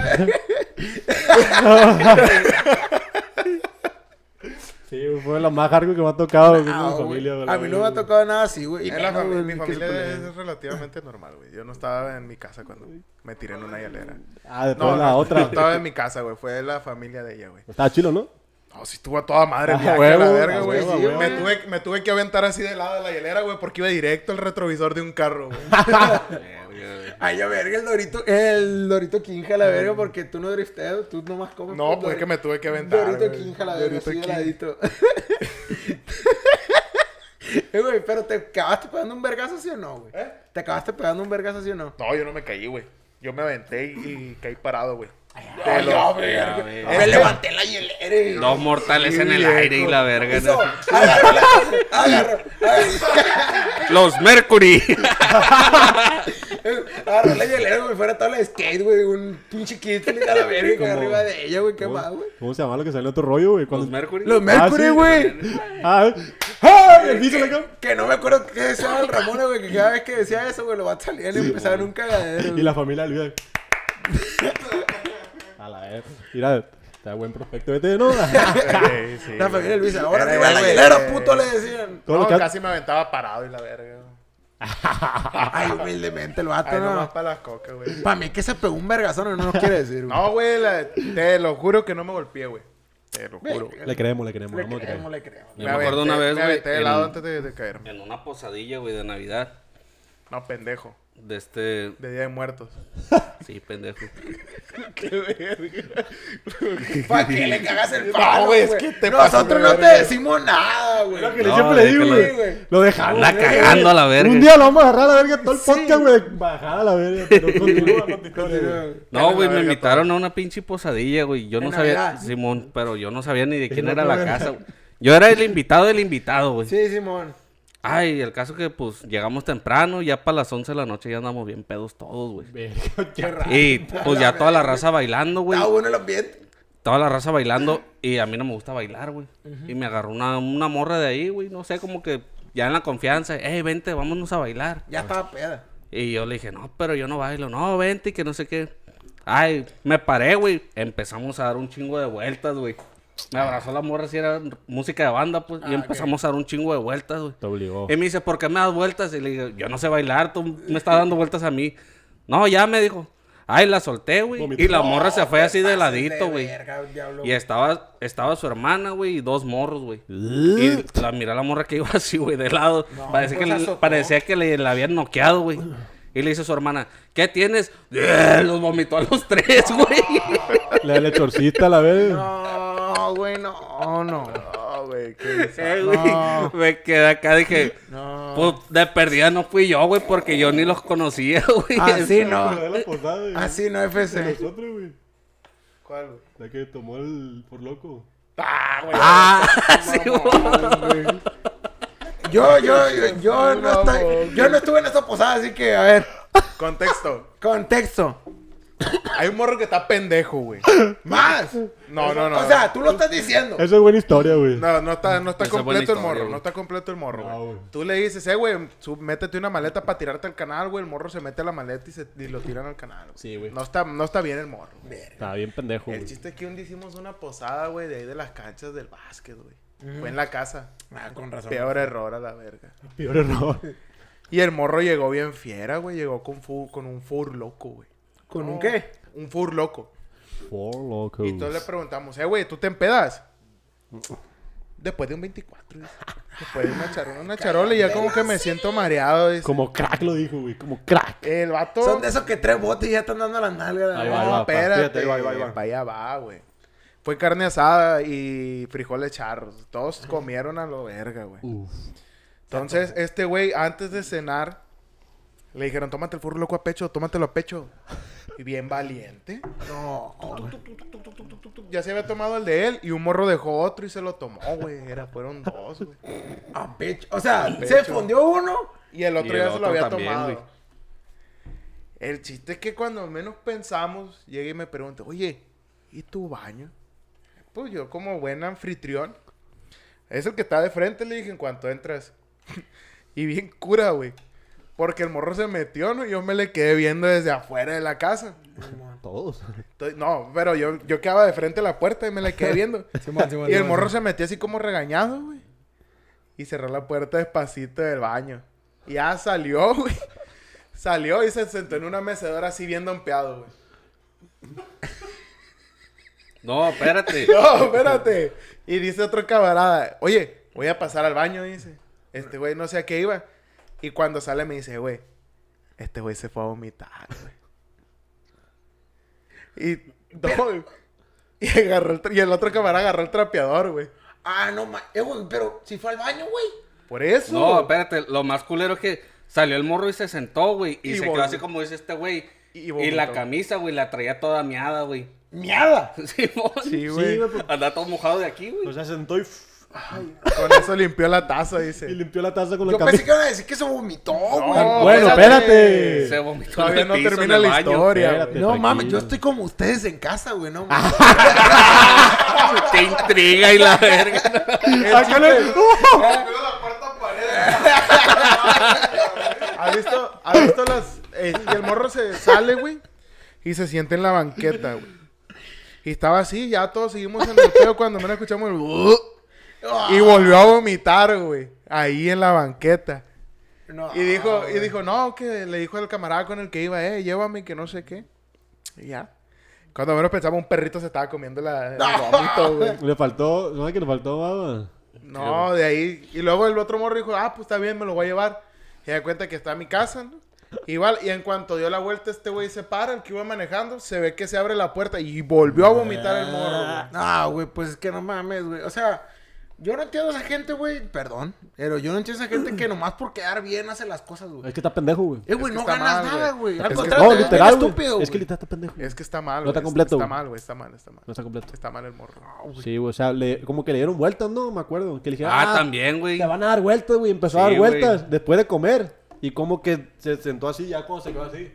S1: Sí, güey, fue la más hardcore que me ha tocado güey,
S4: Ah,
S1: con mi
S4: güey.
S1: familia, güey,
S4: a
S1: la
S4: mí no me
S1: verga,
S4: ha tocado nada así, güey.
S2: En la
S4: Menos,
S2: familia,
S4: güey,
S2: mi
S4: que se
S2: familia
S4: peleen.
S2: es relativamente normal, güey. Yo no estaba en mi casa cuando me tiré en una hielera.
S1: güey. Ah, después
S2: No,
S1: la
S2: no,
S4: [laughs]
S1: otra.
S2: no estaba en mi casa, güey. Fue la familia de ella, güey.
S1: Estaba chilo, ¿no?
S2: No, sí estuvo a toda madre el
S1: Ah,
S2: viaje,
S1: huevo,
S2: a la
S1: a
S2: verga, güey.
S1: huevo, a
S2: Sí,
S1: huevo.
S2: me, tuve, me tuve que aventar así de lado de la hielera, güey, porque iba directo al retrovisor de un carro, güey.
S4: Ay, yo verga, el Dorito, el Dorito Kinja, la verga, porque tú no drifteas, tú nomás comes.
S2: No, pues es que me tuve que aventar,
S4: Dorito
S2: güey.
S4: Kinja, la verga,
S2: Dorito
S4: así de
S2: Kinja. [laughs]
S4: ladito. Eh, güey, pero te acabaste pegando un vergazo, ¿sí o no, güey?
S2: ¿Eh?
S4: ¿Te acabaste pegando un vergazo, sí o no?
S2: No, yo no me caí, güey. Yo me aventé y, y caí parado, güey.
S4: Ay,
S2: lo-
S4: no, verga.
S3: Ya, verga.
S4: Me levanté la hielera y-
S3: Dos mortales en el
S2: Viejo.
S3: aire y la verga.
S4: [laughs] Hizo,
S3: ¿no?
S4: agarró, la- agarró,
S3: Los Mercury.
S4: agarró, agarró la hielera, güey, fuera toda la skate, güey, un pinche kit a la verga, güey, arriba de ella, güey, qué
S1: ¿Cómo,
S4: más, güey.
S1: cómo se llama lo que salió en otro rollo, güey? Cuando... Ah,
S3: Los Mercury.
S4: Los Mercury,
S1: sí.
S4: güey.
S1: Ah, ¡Ay! El piso le cae.
S4: Que no me acuerdo qué decía el Ramón, güey, que cada vez que decía eso, güey, lo va a salir y empezaba en un cagadero.
S1: Y la familia del video. A la vez. Mira, está buen prospecto este, ¿no?
S2: Sí, sí,
S4: La
S2: güey.
S4: familia de Luis, ahora
S2: Era
S4: arriba de la
S2: güey.
S4: hielera, puto, le
S1: [laughs]
S4: decían.
S1: Todo
S2: No,
S1: lo que-
S2: casi me aventaba parado y la verga.
S4: Ay, humildemente el vato,
S2: Ay, nomás
S4: no.
S2: para las cocas, güey.
S4: Para mí que se pegó un vergazón, no nos quiere decir, güey.
S2: No, güey, la- te lo juro que no me golpeé, güey. Te lo juro. güey.
S1: Le creemos, le creemos.
S4: Le
S1: vamos a creer.
S4: creemos, le creemos.
S3: Yo me acuerdo una vez,
S2: me
S3: güey,
S2: aventé de lado
S3: en-
S2: antes de, de caerme.
S3: En una posadilla, güey, de Navidad.
S2: No, pendejo.
S3: De este.
S2: De Día de Muertos.
S3: Sí, pendejo.
S2: Qué verga.
S4: ¿Para qué le cagas el palo,
S2: güey,
S4: güey?
S2: es que te pasas de
S4: Nosotros no te
S2: verga.
S4: decimos nada, güey.
S1: Lo que
S3: No,
S1: siempre le digo,
S3: déjalo.
S1: güey. Lo dejamos.
S3: Anda
S1: güey.
S3: cagando a la verga.
S1: Un día lo vamos a agarrar a la verga todo el podcast, güey. Bajar a la verga. Pero continúa con tu historia, güey.
S3: No, güey,
S2: la
S3: me
S2: verga,
S3: invitaron a una pinche posadilla, güey. Yo
S4: ¿En
S3: no sabía,
S4: Navidad?
S3: Simón, pero yo no sabía ni de quién
S1: no
S3: era la
S1: sabía.
S3: casa, güey. Yo era el invitado del invitado, güey.
S4: Sí, Simón.
S3: Ay, el caso que, pues, llegamos temprano, ya para las 11 de la noche ya andamos bien pedos todos, güey. Y, pues, ya toda la raza bailando, güey.
S4: Estaba bueno el ambiente.
S3: Toda la raza bailando y a mí no me gusta bailar, güey. Y me agarró una, una morra de ahí, güey. No sé, como que ya en la confianza. Ey, vente, vámonos a bailar.
S4: Ya estaba peda.
S3: Y yo le dije, no, pero yo no bailo, no, vente y que no sé qué. Ay, me paré, güey. Empezamos a dar un chingo de vueltas, güey. Me abrazó la morra si era música de banda, pues. y empezamos a dar un chingo de vueltas, güey.
S1: Te obligó.
S3: Y me dice, ¿por qué me das vueltas? Y le digo, yo no sé bailar, tú me estás dando vueltas a mí. No, ya me dijo. Ay, la solté, güey.
S1: Vomitó.
S3: Y la morra se fue así de
S4: Pases
S3: ladito, güey.
S4: verga, diablo.
S3: Y estaba, estaba su hermana, güey, y dos morros, güey. Y la miré a la morra que iba [laughs] así, güey, de lado. parecía,
S4: pues,
S3: que
S4: la
S3: le,
S4: azotó.
S3: parecía que le la habían noqueado, güey. Y le dice a su hermana, ¿qué tienes? "Eh, Los vomitó a los tres, güey.
S1: La lechorcita a la verga.
S4: No, güey, no, no.
S2: No, Ah, güey, qué
S3: Eh, güey, Me quedé acá, dije, pues de perdida no fui yo, güey, porque yo ni los conocía, güey.
S4: Así
S1: La
S4: Ah, no.
S1: de la posada, güey.
S4: Así no, FC.
S1: Nosotros, güey.
S2: ¿Cuál, güey?
S1: La que tomó el por loco.
S2: Ah, güey.
S3: Ah, sí, güey.
S4: Yo, yo, yo, yo no
S2: Vamos,
S4: estoy, yo no estuve en esa posada, así que, a ver,
S2: Contexto.
S4: contexto.
S2: Hay un morro que está pendejo, güey.
S4: [laughs] ¡Más!
S2: No, no, no.
S4: O sea, tú lo estás diciendo.
S1: Esa es buena historia, güey.
S2: No, no está, no está
S3: Esa es buena
S2: completo el
S3: historia,
S2: morro,
S3: güey.
S2: no está completo el morro,
S1: No,
S2: güey.
S1: güey.
S2: Tú le dices, eh, güey, su- métete una maleta para tirarte al canal, güey. El morro se mete a la maleta y, se, y lo tiran al canal, güey.
S1: Sí, güey.
S2: No está, no está bien el morro.
S1: Está bien pendejo,
S2: El
S1: güey.
S2: chiste es que un día hicimos una posada, güey, de ahí de las canchas del básquet, güey. Fue en la casa.
S4: Ah, con razón.
S2: Peor error a la verga.
S1: Peor error.
S2: Y el morro llegó bien fiera, güey. Llegó con, fu- con un fur loco, güey.
S4: ¿Con
S2: No,
S4: un qué?
S2: Un fur loco.
S1: Four locos.
S2: Y entonces le preguntamos, eh, güey, ¿tú te empedas? Después de un 24, dice. Después de una charola, una charola y ya como que me siento mareado, dice.
S1: Como crack lo dijo, güey. Como crack.
S2: El vato...
S4: Son de esos que tres botes y ya están dando las nalgas.
S1: Ahí
S2: No,
S1: va, ahí va, pa.
S2: espérate.
S1: Fíjate, ahí va, ahí va, ahí va.
S2: Vaya va, güey. Fue carne asada y frijoles charros. Todos comieron a lo verga, güey.
S1: Uf.
S2: Entonces, este güey, antes de cenar, le dijeron, tómate el furro loco a pecho, tómatelo a pecho. Y bien valiente.
S4: No, hombre.
S2: Ya se había tomado el de él y un morro dejó otro y se lo tomó, güey. Era, fueron dos, güey.
S4: a pecho. O sea, se
S2: pecho.
S4: fundió uno.
S2: Y el otro
S3: Y el
S2: ya se
S3: otro
S2: lo había
S3: también,
S2: tomado.
S3: güey.
S2: El chiste es que cuando menos pensamos, llega y me pregunta, oye, ¿y tu baño? Pues yo como buen anfitrión, es el que está de frente, le dije, en cuanto entras. [laughs] y bien cura, güey. Porque el morro se metió, ¿no? Yo me le quedé viendo desde afuera de la casa.
S1: Todos.
S2: Entonces, no, pero yo, yo quedaba de frente a la puerta y me le quedé viendo.
S4: [laughs] Simón, Simón,
S2: y el
S4: Simón,
S2: morro
S4: Simón.
S2: se metió así como regañado, güey. Y cerró la puerta despacito del baño. Y ya salió, [laughs] güey. Salió y se sentó en una mecedora así bien dompeado, güey. [laughs]
S3: No,
S1: [laughs]
S3: espérate.
S2: No, espérate. Y dice otro camarada, oye, voy a pasar al baño, dice. Este güey no sé a qué iba. Y cuando sale me dice, güey, este güey se fue a vomitar, güey.
S1: [laughs]
S2: Y, no, [laughs] y, agarró el tra- y el otro camarada agarró el trapeador, güey.
S4: Ah, no, ma... eh, güey, pero si fue al baño, güey.
S2: Por eso.
S3: No, espérate, lo más culero es que salió el morro y se sentó, güey. Y,
S2: Y
S3: se
S2: vomi-
S3: quedó así como dice este güey.
S2: Y
S3: Y,
S2: vomitó.
S3: la camisa, güey, la traía toda miada, güey.
S4: Miada.
S3: [laughs] Simón.
S2: Sí,
S1: Sí,
S2: güey.
S1: güey. pues,
S3: Anda todo mojado de aquí,
S1: O
S3: güey.
S1: sea, sentó y, f-
S2: Con eso limpió la taza,
S1: [laughs] y
S2: dice.
S1: limpió la taza con la
S4: Yo pensé
S1: camisa.
S4: que iban a decir que se vomitó, güey.
S2: No,
S1: Bueno, espérate.
S3: Se vomitó.
S2: Todavía
S3: en
S2: no
S3: el piso,
S2: termina
S3: en el
S2: la
S3: baño.
S2: historia,
S1: espérate.
S2: güey.
S4: No,
S1: tranquilo.
S4: mames, yo estoy como ustedes en casa, güey, no. mames.
S3: [laughs] Qué intriga
S2: [laughs]
S3: y la verga.
S1: Sácale.
S2: ¿Has visto, has visto las... eh, y el morro se sale, güey. Y se siente en la banqueta, güey. Y estaba así, ya todos seguimos en el pedo cuando menos escuchamos el... "Uh", Y volvió a vomitar, güey. Ahí en la banqueta.
S4: No,
S2: Y dijo, y
S4: güey.
S2: dijo, no, que le dijo al camarada con el que iba, eh, llévame, que no sé qué. Y ya. Cuando menos pensaba, un perrito se estaba comiendo la, el vómito, güey.
S1: Le faltó. ¿Sabes que le faltó, baba?
S2: No, de ahí. Y luego el otro morro dijo, ah, pues está bien, me lo voy a llevar. Y se da cuenta que está en mi casa, ¿no? Igual, y en cuanto dio la vuelta, este güey se para, el que iba manejando, se ve que se abre la puerta y volvió a vomitar el morro, güey.
S3: Ah.
S4: No, güey, pues es que no mames, güey. O sea, yo no entiendo a esa gente, güey. Perdón, pero yo no entiendo a esa gente que nomás por quedar bien hace las cosas, güey.
S1: Es que está pendejo, güey.
S4: Eh, güey,
S2: que
S4: no
S2: está
S4: ganas
S2: mal,
S4: nada,
S2: güey.
S4: güey. Al
S2: Es que-
S4: contrario,
S1: No,
S4: te ves bien
S1: literal,
S4: estúpido,
S1: güey. Es que
S4: güey.
S1: literal está pendejo.
S2: Es que está mal,
S1: No está
S2: güey,
S1: completo,
S2: Está
S1: güey.
S2: mal, güey, está mal, está mal.
S1: No está completo.
S2: Está mal el morro.
S3: Ah,
S1: Sí, güey, o sea, le, como que le dieron vueltas, ¿no? Me acuerdo. Que le dijeron,
S3: Ah, también, güey.
S1: Te van a dar vueltas, güey. Empezó a
S3: Sí,
S1: dar
S3: güey.
S1: vueltas después de comer. Y como que se sentó así, ya como se quedó así.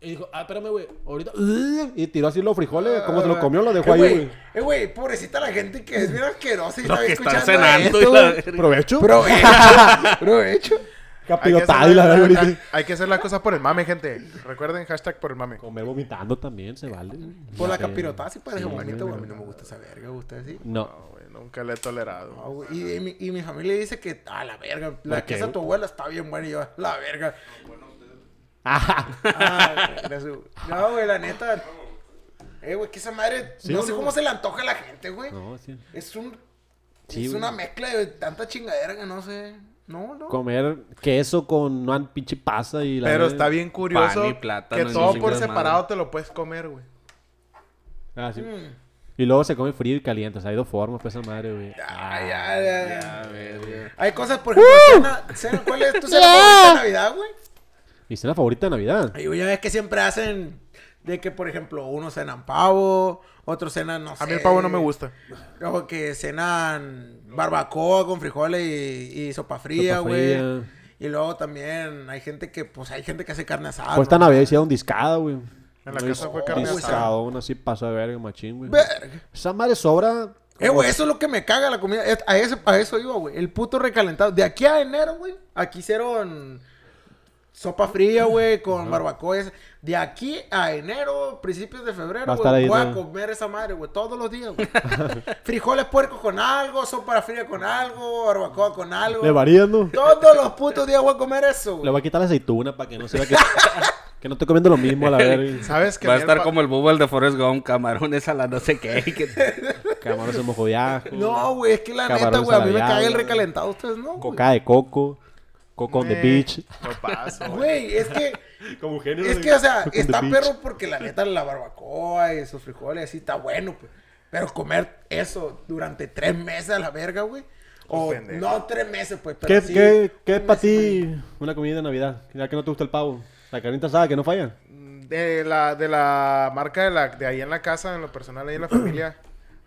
S1: Y dijo, ah, espérame, güey. Ahorita. "Ugh", Y tiró así los frijoles. Como se lo comió, lo dejó
S4: Eh,
S1: ahí,
S4: güey,
S1: güey.
S4: eh, güey, pobrecita la gente que es bien asquerosa y
S3: Los
S4: está
S3: que están
S4: escuchando
S3: cenando
S4: esto,
S3: y la
S4: güey.
S3: verga.
S1: Provecho.
S4: [laughs] Provecho, provecho.
S2: Hay que, hacer
S1: Capilotado y la
S2: las-
S1: verdad,
S2: hay-
S1: ahorita.
S2: hay que hacer las cosas por el mame, gente. Recuerden, hashtag por el mame.
S1: Comer vomitando también se vale.
S4: Por la
S1: pena.
S4: capirotada sí parece
S1: Sí,
S4: bonito,
S1: güey.
S4: güey. A mí no me gusta esa verga, güey, ustedes sí.
S1: No. [laughs]
S2: No, güey, nunca le he tolerado.
S4: No, güey, y, y mi, y mi familia dice que, ah, la verga, la
S1: ¿Por qué,
S4: que a
S1: güey?
S4: tu abuela está bien buena y yo, la verga.
S1: Ajá.
S4: Ah, gracias, güey. No, güey, la neta. Eh, güey, que esa madre.
S1: Sí,
S4: no
S1: ¿o
S4: sé
S1: no?
S4: cómo se le antoja a la gente, güey.
S1: No, sí.
S4: Es un.
S1: Sí,
S4: es
S1: güey.
S4: una mezcla de tanta chingadera que no sé. No, no.
S1: Comer queso con no han pinche pasa y la
S2: Pero
S1: verga.
S2: está bien curioso
S3: Pan y plátano
S2: que
S3: y
S2: todo
S3: no sé
S2: por
S3: qué
S2: separado
S3: madre.
S2: te lo puedes comer, güey.
S1: Ah, sí.
S4: Mm.
S1: Y luego se come frío y caliente. O sea, hay dos formas, pues, esa madre, güey.
S4: Ay,
S1: Ah,
S4: ay, ay.
S3: A ver, güey.
S4: Hay cosas, por ejemplo, cena, cena- ¿cuál es
S1: [laughs]
S4: tu cena favorita de Navidad, güey?
S1: Mi cena favorita de Navidad.
S4: Ay, güey, ya ves que siempre hacen de que, por ejemplo, unos cenan pavo, otros cenan, no sé.
S2: A mí el pavo no me gusta.
S4: O que cenan barbacoa con frijoles y, y sopa fría,
S1: Sopa
S4: güey.
S1: fría.
S4: Y luego también hay gente que, pues, hay gente que hace carne asada.
S1: Pues esta
S4: ¿no?
S1: Navidad hicieron discada, güey.
S2: En la casa fue carne
S4: güey,
S2: asada.
S1: aún así pasa de verga, machín, güey.
S4: Verga.
S1: Esa madre sobra.
S4: Eh, güey, eso es lo que me caga la comida. Es- A, ese, a eso iba, güey. El puto recalentado. De aquí a enero, güey. Aquí hicieron sopa fría, güey, con barbacoa. esa. De aquí a enero, principios de febrero,
S1: Va a
S4: güey.
S1: estar ahí,
S4: voy a
S1: ¿no?
S4: comer esa madre, güey. Todos los días,
S1: [laughs]
S4: güey. Frijoles puercos con algo, sopa fría con algo, barbacoa con algo.
S1: Le varían, ¿no?
S4: Todos los putos días voy a comer eso,
S1: Le
S4: güey.
S1: voy a quitar la aceituna para que no se
S4: [laughs]
S1: vea que, que no estoy comiendo lo mismo a la verga.
S2: ¿Sabes que
S3: Va a
S2: mí el
S3: estar
S2: pa-
S3: como el bubble de Forrest Gump, camarones a la no sé qué.
S2: [laughs]
S3: y que-
S1: Camarón se mojo de ajo,
S4: No, güey, es que la
S1: Camarones
S4: neta, güey, a mí me
S1: saladiados.
S4: caga el recalentado. Ustedes no, güey.
S1: Coca de coco. Coco on the
S2: Eh,
S1: beach.
S2: No pasa, güey.
S4: Güey, es que...
S1: Como genio.
S4: Es que, o sea,
S1: Coco on
S4: está
S1: the beach.
S4: perro porque la neta la barbacoa y sus frijoles así está bueno, pues. Pero comer eso durante tres meses a la verga, güey. O
S2: pendejo.
S4: no tres meses, pues, pero
S1: ¿Qué,
S4: sí,
S1: qué, qué es
S4: un
S1: para
S4: mes y
S1: ti una comida de Navidad? Ya que no te gusta el pavo. La carnita asada, que no falla.
S2: De la, de la marca de, la, de ahí en la casa, en lo personal,
S1: [clears throat]
S2: ahí en la familia,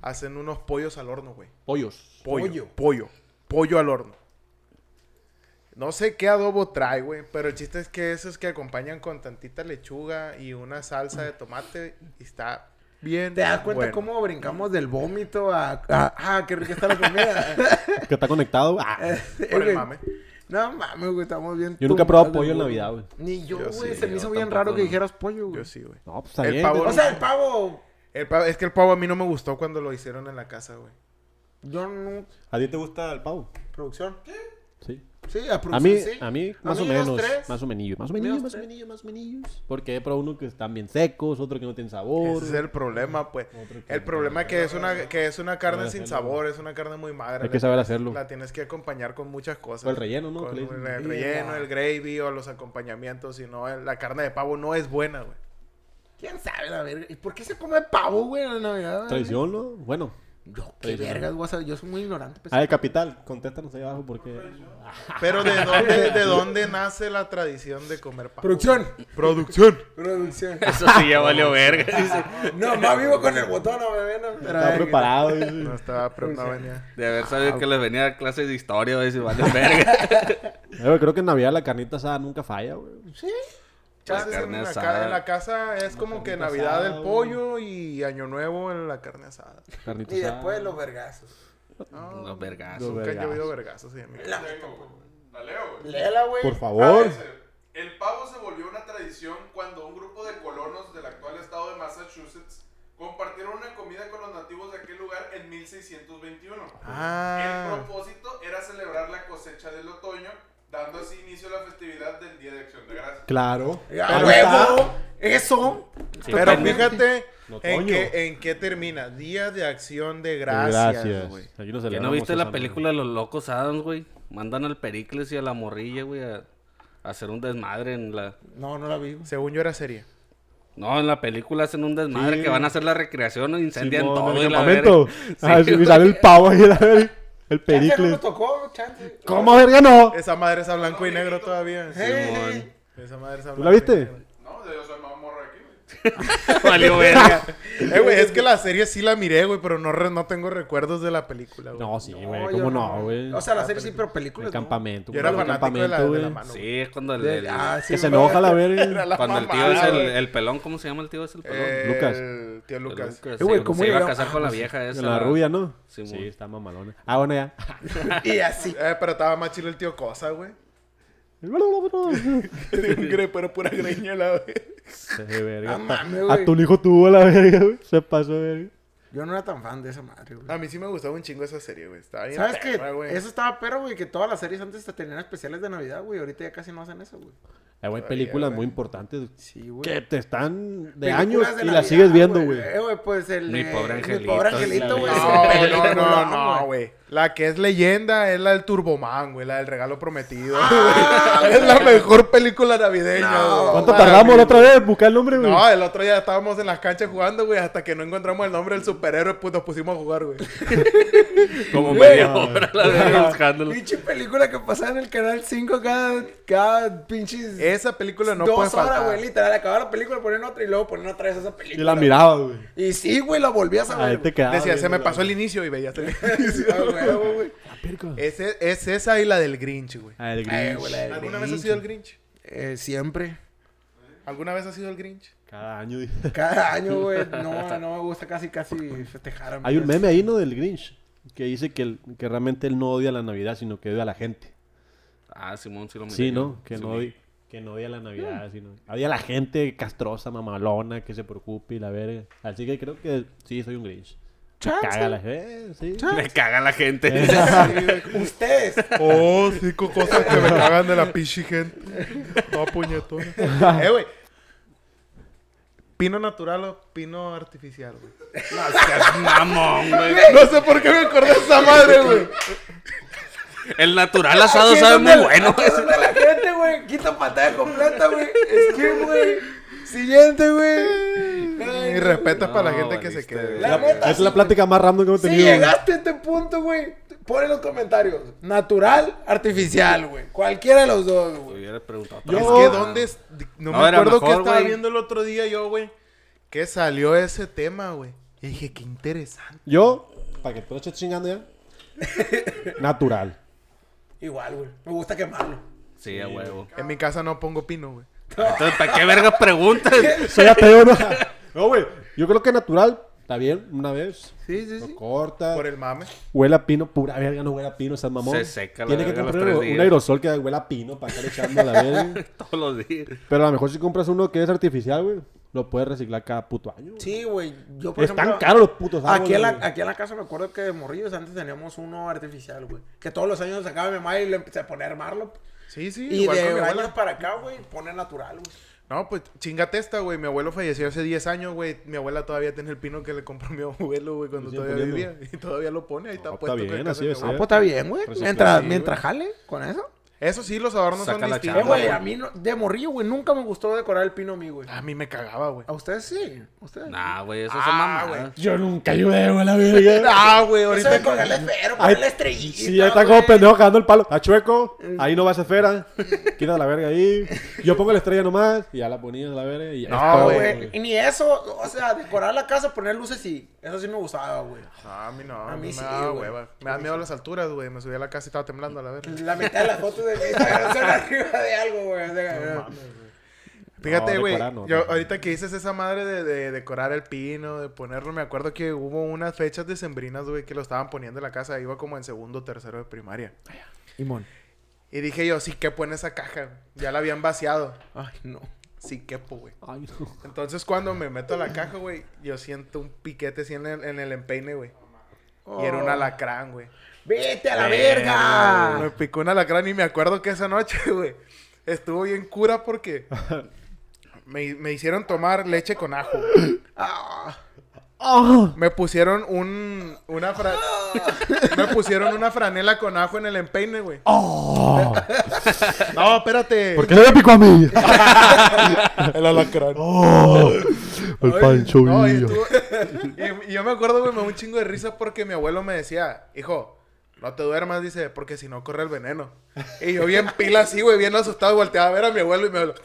S2: hacen unos pollos al horno, güey.
S1: Pollos.
S2: Pollo,
S4: Pollo.
S2: pollo. Pollo. al horno. No sé qué adobo trae, güey, pero el chiste es que esos que acompañan con tantita lechuga y una salsa de tomate y está bien.
S4: medio. ¿Te das cuenta
S2: bueno.
S4: cómo brincamos del vómito a, a- ah, qué rica está la comida?
S1: Que está conectado. Ah,
S4: [laughs] Eh,
S2: [laughs] Por el
S4: güey,
S2: mame.
S4: No mames, güey, estamos bien.
S1: Yo nunca he probado
S4: tumbados,
S1: pollo en Navidad, güey.
S4: Ni yo,
S2: Yo
S4: güey.
S2: sí,
S4: se me
S3: yo
S4: hizo bien
S3: tampoco,
S4: raro que
S3: no.
S4: dijeras pollo, güey.
S2: Yo sí, güey.
S1: no, pues está
S2: El
S1: bien.
S2: pavo-
S1: te-
S4: O sea, el pavo.
S2: El pavo- es que el pavo a mí no me gustó cuando lo hicieron en la casa, güey.
S4: Yo no.
S1: ¿A ti te gusta el pavo?
S4: ¿Producción? ¿Qué?
S1: Sí.
S4: Sí, a
S1: A
S4: producción.
S1: mí,
S4: sí.
S1: a mí, más o
S4: mí dos,
S1: menos,
S4: tres.
S1: más o menos, más o menos,
S4: dos,
S1: más o
S4: tres.
S1: menos, más o menos. Porque hay para uno que están bien secos, otro que no tienen sabor.
S2: Ese es el problema, pues. El problema es que es una, que es una carne sin sabor, es una carne muy magra.
S1: Hay
S2: la
S1: que saber
S2: tienes-
S1: hacerlo.
S2: La tienes que acompañar con muchas cosas.
S1: O el relleno, ¿no?
S2: Con
S1: Que le
S2: el,
S1: dicen.
S2: relleno, el gravy o los acompañamientos. Si no, el- la carne de pavo no es buena, güey.
S4: ¿Quién sabe la verga? ¿Y por qué se come pavo, güey, en la Navidad? güey?
S1: Tradición, ¿no? Bueno.
S4: Yo, qué
S1: Tradición.
S4: vergas, güey. o sea, Yo soy muy ignorante. pues.
S1: Ah, el capital, contéstanos ahí abajo porque...
S2: Pero ¿de dónde, de dónde nace la tradición de comer pavo?
S4: Producción.
S2: Producción.
S4: Producción.
S3: Eso sí ya valió
S2: [laughs]
S3: verga. dice.
S4: No, más vivo con el botón, no, bebé. No, Pero,
S1: Está
S4: eh,
S1: preparado.
S2: No
S1: dice.
S2: estaba pre- no venía.
S3: De haber sabido
S2: Ah.
S3: que les venía a clases de historia, güey, si vale verga.
S1: Eh, güey, Creo que en Navidad la carnita asada nunca falla, güey.
S4: Sí.
S3: [laughs]
S2: Pues, en,
S3: carne
S2: la ca-
S3: asada.
S2: en la casa es como que
S1: carnita
S2: Navidad
S1: asada,
S2: el
S1: güey.
S2: pollo y Año Nuevo en la carne asada.
S1: Carnita
S4: Y
S1: asada.
S4: después los vergazos.
S3: Los vergazos.
S1: Los
S2: Nunca han
S1: vergazos.
S2: llovido vergazos, sí, amigo.
S5: La leo, güey.
S4: pues, Léela, güey.
S1: Por favor.
S5: Dice, El pavo se volvió una tradición cuando un grupo de colonos del actual estado de Massachusetts compartieron una comida con los nativos de aquel lugar en 1621. El
S2: Ah,
S5: propósito era celebrar la cosecha del otoño, dando así inicio a la festividad del Día de Acción de Gracias.
S1: Claro.
S4: ¡A
S1: Pero
S4: huevo! Eso.
S3: Sí,
S2: pero
S3: pendejo.
S2: fíjate
S1: No,
S2: en
S1: Toño.
S2: qué, en qué termina. Día de acción de gracias,
S1: Gracias.
S2: güey.
S1: Aquí no
S3: ¿Que no
S1: celebramos
S3: viste
S1: esa
S3: la película de Los Locos Adams, güey? Mandan al Pericles y a la morrilla, güey, a, a hacer un desmadre en la...
S4: No, no la vi. güey.
S2: Según yo era seria.
S3: No, en la película hacen un desmadre
S1: Sí.
S3: que van a hacer la recreación o incendian
S1: Simón,
S3: todo.
S1: en
S3: y
S1: el
S3: la
S1: campamento.
S3: verga.
S1: [laughs] Ah,
S3: Sí,
S1: sí,
S3: güey.
S1: sale el pavo ahí, la verga. El
S4: Chance no
S1: pericles.
S4: nos tocó, chance.
S1: ¿Cómo verga no?
S2: Esa madre es a blanco y negro todavía.
S4: Hey,
S3: Simón.
S4: hey.
S2: Esa madre es a
S1: ¿Tú la
S2: blanco y
S1: viste?
S2: negro.
S5: No, de soy más morro aquí, güey.
S3: [laughs] Valió verga.
S2: Eh, güey, es que la serie sí la miré, güey, pero no, re- no tengo recuerdos de la película, güey.
S1: No, sí, güey.
S4: No, yo
S1: ¿Cómo no, güey?
S4: O sea, la serie sí, pero películas.
S1: el
S4: no.
S1: campamento.
S2: Yo era
S1: güey, el
S2: fanático de la,
S1: campamento,
S2: de la
S1: güey.
S2: mano. güey.
S3: Sí, es cuando el, el-
S4: Ah, sí,
S1: Que se
S4: güey.
S1: enoja la [laughs]
S2: Era
S1: verga.
S2: la
S3: cuando el tío
S2: mamada,
S3: es el,
S2: güey.
S3: el pelón, ¿cómo se llama el tío? Es el pelón.
S2: Eh,
S1: Lucas.
S2: El tío
S3: El
S2: Lucas.
S3: Lucas,
S4: Eh, güey,
S3: sí,
S4: ¿cómo
S3: se iba a
S4: llegaba?
S3: casar con la vieja esa.
S1: Con la rubia, ¿no?
S3: Sí,
S1: Sí,
S3: mon.
S1: está mamalona. Ah, bueno, [laughs] ya.
S4: Y así.
S2: Eh, pero estaba más chido el tío Cosa, güey.
S1: Sí,
S2: De un gre- pero pura greñuela, güey.
S4: Ah,
S1: verga.
S4: mames,
S1: A tu
S4: güey.
S1: hijo tuvo la verga, güey. Se pasó, verga.
S4: Yo no era tan fan de esa madre, güey.
S2: A mí sí me gustaba un chingo esa serie, güey. Estaba bien
S4: ¿Sabes
S2: perra,
S4: qué?
S2: güey.
S4: Eso estaba perro, güey, que todas las series antes hasta tenían especiales de Navidad, güey. Ahorita ya casi no hacen eso, güey.
S1: Eh, güey, películas
S2: güey.
S1: muy importantes
S4: Sí, güey.
S1: que te están de
S4: Películas
S1: años
S4: de
S1: y
S4: Navidad,
S1: las sigues viendo, güey.
S4: Eh, güey, pues el
S3: Mi
S4: de-
S3: pobre angelito,
S4: Mi pobre
S3: es
S4: angelito,
S3: la
S4: güey.
S2: No,
S4: es un
S2: no, no,
S4: peliculón,
S2: no,
S4: güey.
S2: güey. La que es leyenda es la del Turboman, güey. La del regalo prometido.
S4: Ah,
S2: güey. [laughs] es la mejor película navideña,
S4: No.
S2: güey.
S1: ¿Cuánto
S2: Para
S1: tardamos
S2: mí,
S1: la otra vez en buscar el nombre, güey?
S2: [laughs] No, el otro día estábamos en las canchas jugando, güey, hasta que no encontramos el nombre del superhéroe, pues nos pusimos a jugar,
S4: [laughs]
S2: güey.
S3: Como media hora la verga buscándolo.
S4: Pinche película que pasaba en el canal 5 cada, cada pinches
S2: Esa película no puede
S4: dos horas,
S2: faltar.
S4: güey. Literal, acababa la película, ponían otra y luego ponían otra vez esa
S1: y
S4: película.
S1: la miraba, Ah, este güey.
S4: Y sí, güey, la volvías a
S1: Ahí
S4: ver.
S1: te
S4: güey.
S1: quedaba.
S2: Decía, se me
S1: viéndola,
S2: pasó el
S1: güey.
S2: inicio y veías
S4: [laughs]
S2: el
S4: Ah, güey, güey.
S2: Ese- Es esa y la del Grinch, güey.
S1: Ah, el
S4: Eh, güey,
S1: gris.
S4: la del
S2: ¿Alguna vez
S4: Grinch.
S2: has sido el Grinch?
S4: Eh, siempre.
S2: ¿Alguna vez has sido el Grinch?
S1: Cada año. güey.
S4: Cada año, güey. No, no me gusta casi, casi festejar. a
S1: [laughs]
S4: mí
S1: Hay un
S4: es-
S1: meme ahí, ¿no? Del Grinch. Que dice que, el- que realmente él no odia la Navidad, sino que odia a la gente.
S3: Ah, Simón, sí lo miré
S1: Sí,
S3: yo.
S1: ¿no? Que
S3: Sí,
S1: no
S3: güey.
S1: odia, que no odia la Navidad, sino... Odia a la gente castrosa, mamalona, que se preocupe y la verga. Así que creo que sí, soy un Grinch. Me
S4: Chance.
S1: caga la gente, sí.
S3: [laughs] Me caga la gente.
S4: Ustedes.
S2: Oh, cinco cosas que [laughs] me cagan de la pichi gente. No, puñetón. eh, güey. ¿Pino natural o pino artificial, güey?
S3: No seas mamón, güey.
S2: No sé por qué me acordé de esa madre, güey.
S3: El natural asado
S4: Aquí es
S3: sabe
S4: donde
S3: muy
S4: la-
S3: bueno.
S4: aquí
S3: [laughs]
S4: es donde la gente, güey. Quita patada
S1: [laughs]
S4: completa, güey. Skip, güey. Siguiente, güey.
S2: Y respeto
S3: No,
S2: para la gente que
S3: valiste,
S2: se quede.
S3: güey.
S2: güey.
S4: La neta,
S1: es la
S4: sí.
S1: plática más random que hemos
S4: Si
S1: tenido. güey.
S4: llegaste a este punto, güey, pon en los comentarios. Natural, artificial, güey. Cualquiera de los dos, güey.
S3: Hubiera preguntado
S2: Es
S3: otra
S2: que
S3: cosa.
S2: dónde... es- No,
S3: No,
S2: me
S3: era
S2: acuerdo que
S3: mejor,
S2: estaba
S3: güey.
S2: viendo el otro día yo, güey. Que salió ese tema, güey. Y dije, qué interesante.
S1: Yo, para que tú no estés chingando ya. [laughs] Natural.
S4: Igual, güey. Me gusta quemarlo.
S3: Sí, a huevo.
S2: En mi casa no pongo pino, güey.
S3: Entonces, ¿para qué vergas preguntas?
S4: [laughs]
S3: [laughs]
S1: Soy ateo, ¿no? [laughs] No, güey. Yo creo que natural. Está bien, una vez.
S4: Sí, sí,
S1: Lo corta.
S2: Por el mame.
S1: Huele a pino, pura verga, no huele a pino, esas mamón.
S3: Se seca la
S1: Tiene que
S3: verga los
S1: comprar
S3: tres
S1: un
S3: días.
S1: aerosol que huela a pino para estar echando a la
S3: [laughs]
S1: verga.
S3: Todos los días.
S1: Pero a lo mejor si compras uno que es artificial, güey, lo puedes reciclar cada puto año. güey.
S4: Sí, güey. Yo, por
S1: Están
S4: ejemplo,
S1: caros los putos árboles,
S4: Aquí en, la,
S1: güey.
S4: aquí en la casa me acuerdo que de morrillos antes teníamos uno artificial, güey. Que todos los años sacaba mi mamá y le empecé a poner Marlo.
S2: Sí, sí,
S4: Y
S2: igual con mi
S4: de
S2: abuela.
S4: años para acá, güey, pone natural, güey.
S2: No, pues chingate esta, güey. Mi abuelo falleció hace 10 años, güey. Mi abuela todavía tiene el pino que le compró mi abuelo, güey,
S1: Lo
S2: cuando
S1: sigue
S2: todavía
S1: poniendo.
S2: vivía. Y todavía lo pone, ahí está
S1: está
S2: puesto. que
S1: bien,
S2: en casa
S1: así
S2: de mi
S1: es,
S2: abuela.
S1: eh.
S4: pues está bien, güey.
S1: Reciclar,
S4: Mientras,
S1: sí,
S4: mientras jale con eso.
S2: Eso sí, los adornos
S3: Saca
S2: son
S3: la
S2: distintos.
S4: Eh, güey,
S2: güey.
S4: a mí no- de morrillo, güey, nunca me gustó decorar el pino a mí, güey.
S2: A mí me cagaba, güey.
S4: A ustedes sí. ¿A ustedes?
S3: Nah, güey, eso es
S2: Ah,
S3: mamá.
S1: Yo nunca ayudé, güey, la
S2: [laughs]
S1: verga.
S2: Ah, güey,
S4: Eso
S2: ahorita
S4: de colgarle esfero,
S1: Ay,
S4: ponerle estrellita.
S1: Sí, ahí está como
S4: güey.
S1: pendejo cagando el palo. Está chueco, ahí no vas a esfera. Quita la verga ahí. Yo pongo la estrella nomás y ya la ponía la verga. Y ya
S2: No,
S1: es todo,
S2: güey.
S4: Güey, Y ni eso, o sea, decorar la casa, poner luces, sí. Eso sí me gustaba, güey.
S2: No, Ah, a mí no.
S4: A mí
S2: no
S4: sí,
S2: me daba
S4: güey.
S2: hueva. Me da miedo las alturas, güey. Me subí a la casa y estaba temblando a la verga.
S4: La mitad de las fotos de mi Instagram son arriba de algo, güey. O sea,
S2: Fíjate,
S1: No,
S2: güey.
S1: decorar no,
S2: yo
S1: decorar.
S2: ahorita que dices esa madre de, de decorar el pino, de ponerlo, me acuerdo que hubo unas fechas decembrinas, güey, que lo estaban poniendo en la casa. Iba como en segundo o tercero de primaria. Y dije yo, sí quepo en esa caja. Ya la habían vaciado.
S4: Ay, no.
S2: Sí quepo, güey.
S1: Ay, no.
S2: Entonces cuando me meto a la caja, güey, yo siento un piquete así en el, en el empeine, güey. Y
S1: Oh.
S2: era un alacrán, güey.
S4: Oh, ¡Vete a la verga!
S2: Me picó un alacrán y me acuerdo que esa noche, [laughs] güey, estuvo bien cura porque me, me hicieron tomar leche con ajo. Me pusieron un una fra- me pusieron una franela con ajo en el empeine, güey. [laughs] No, espérate.
S1: ¿Por qué no me picó a mí?
S2: El alacrán.
S1: Oh, el Pancho
S2: No, y,
S1: Villa.
S2: estuvo- [laughs] y- y yo me acuerdo, güey, me da un chingo de risa porque mi abuelo me decía, hijo, no te duermas, dice, porque si no corre el veneno. Y yo bien pila así, güey, bien asustado, volteaba a ver a mi abuelo y me habló.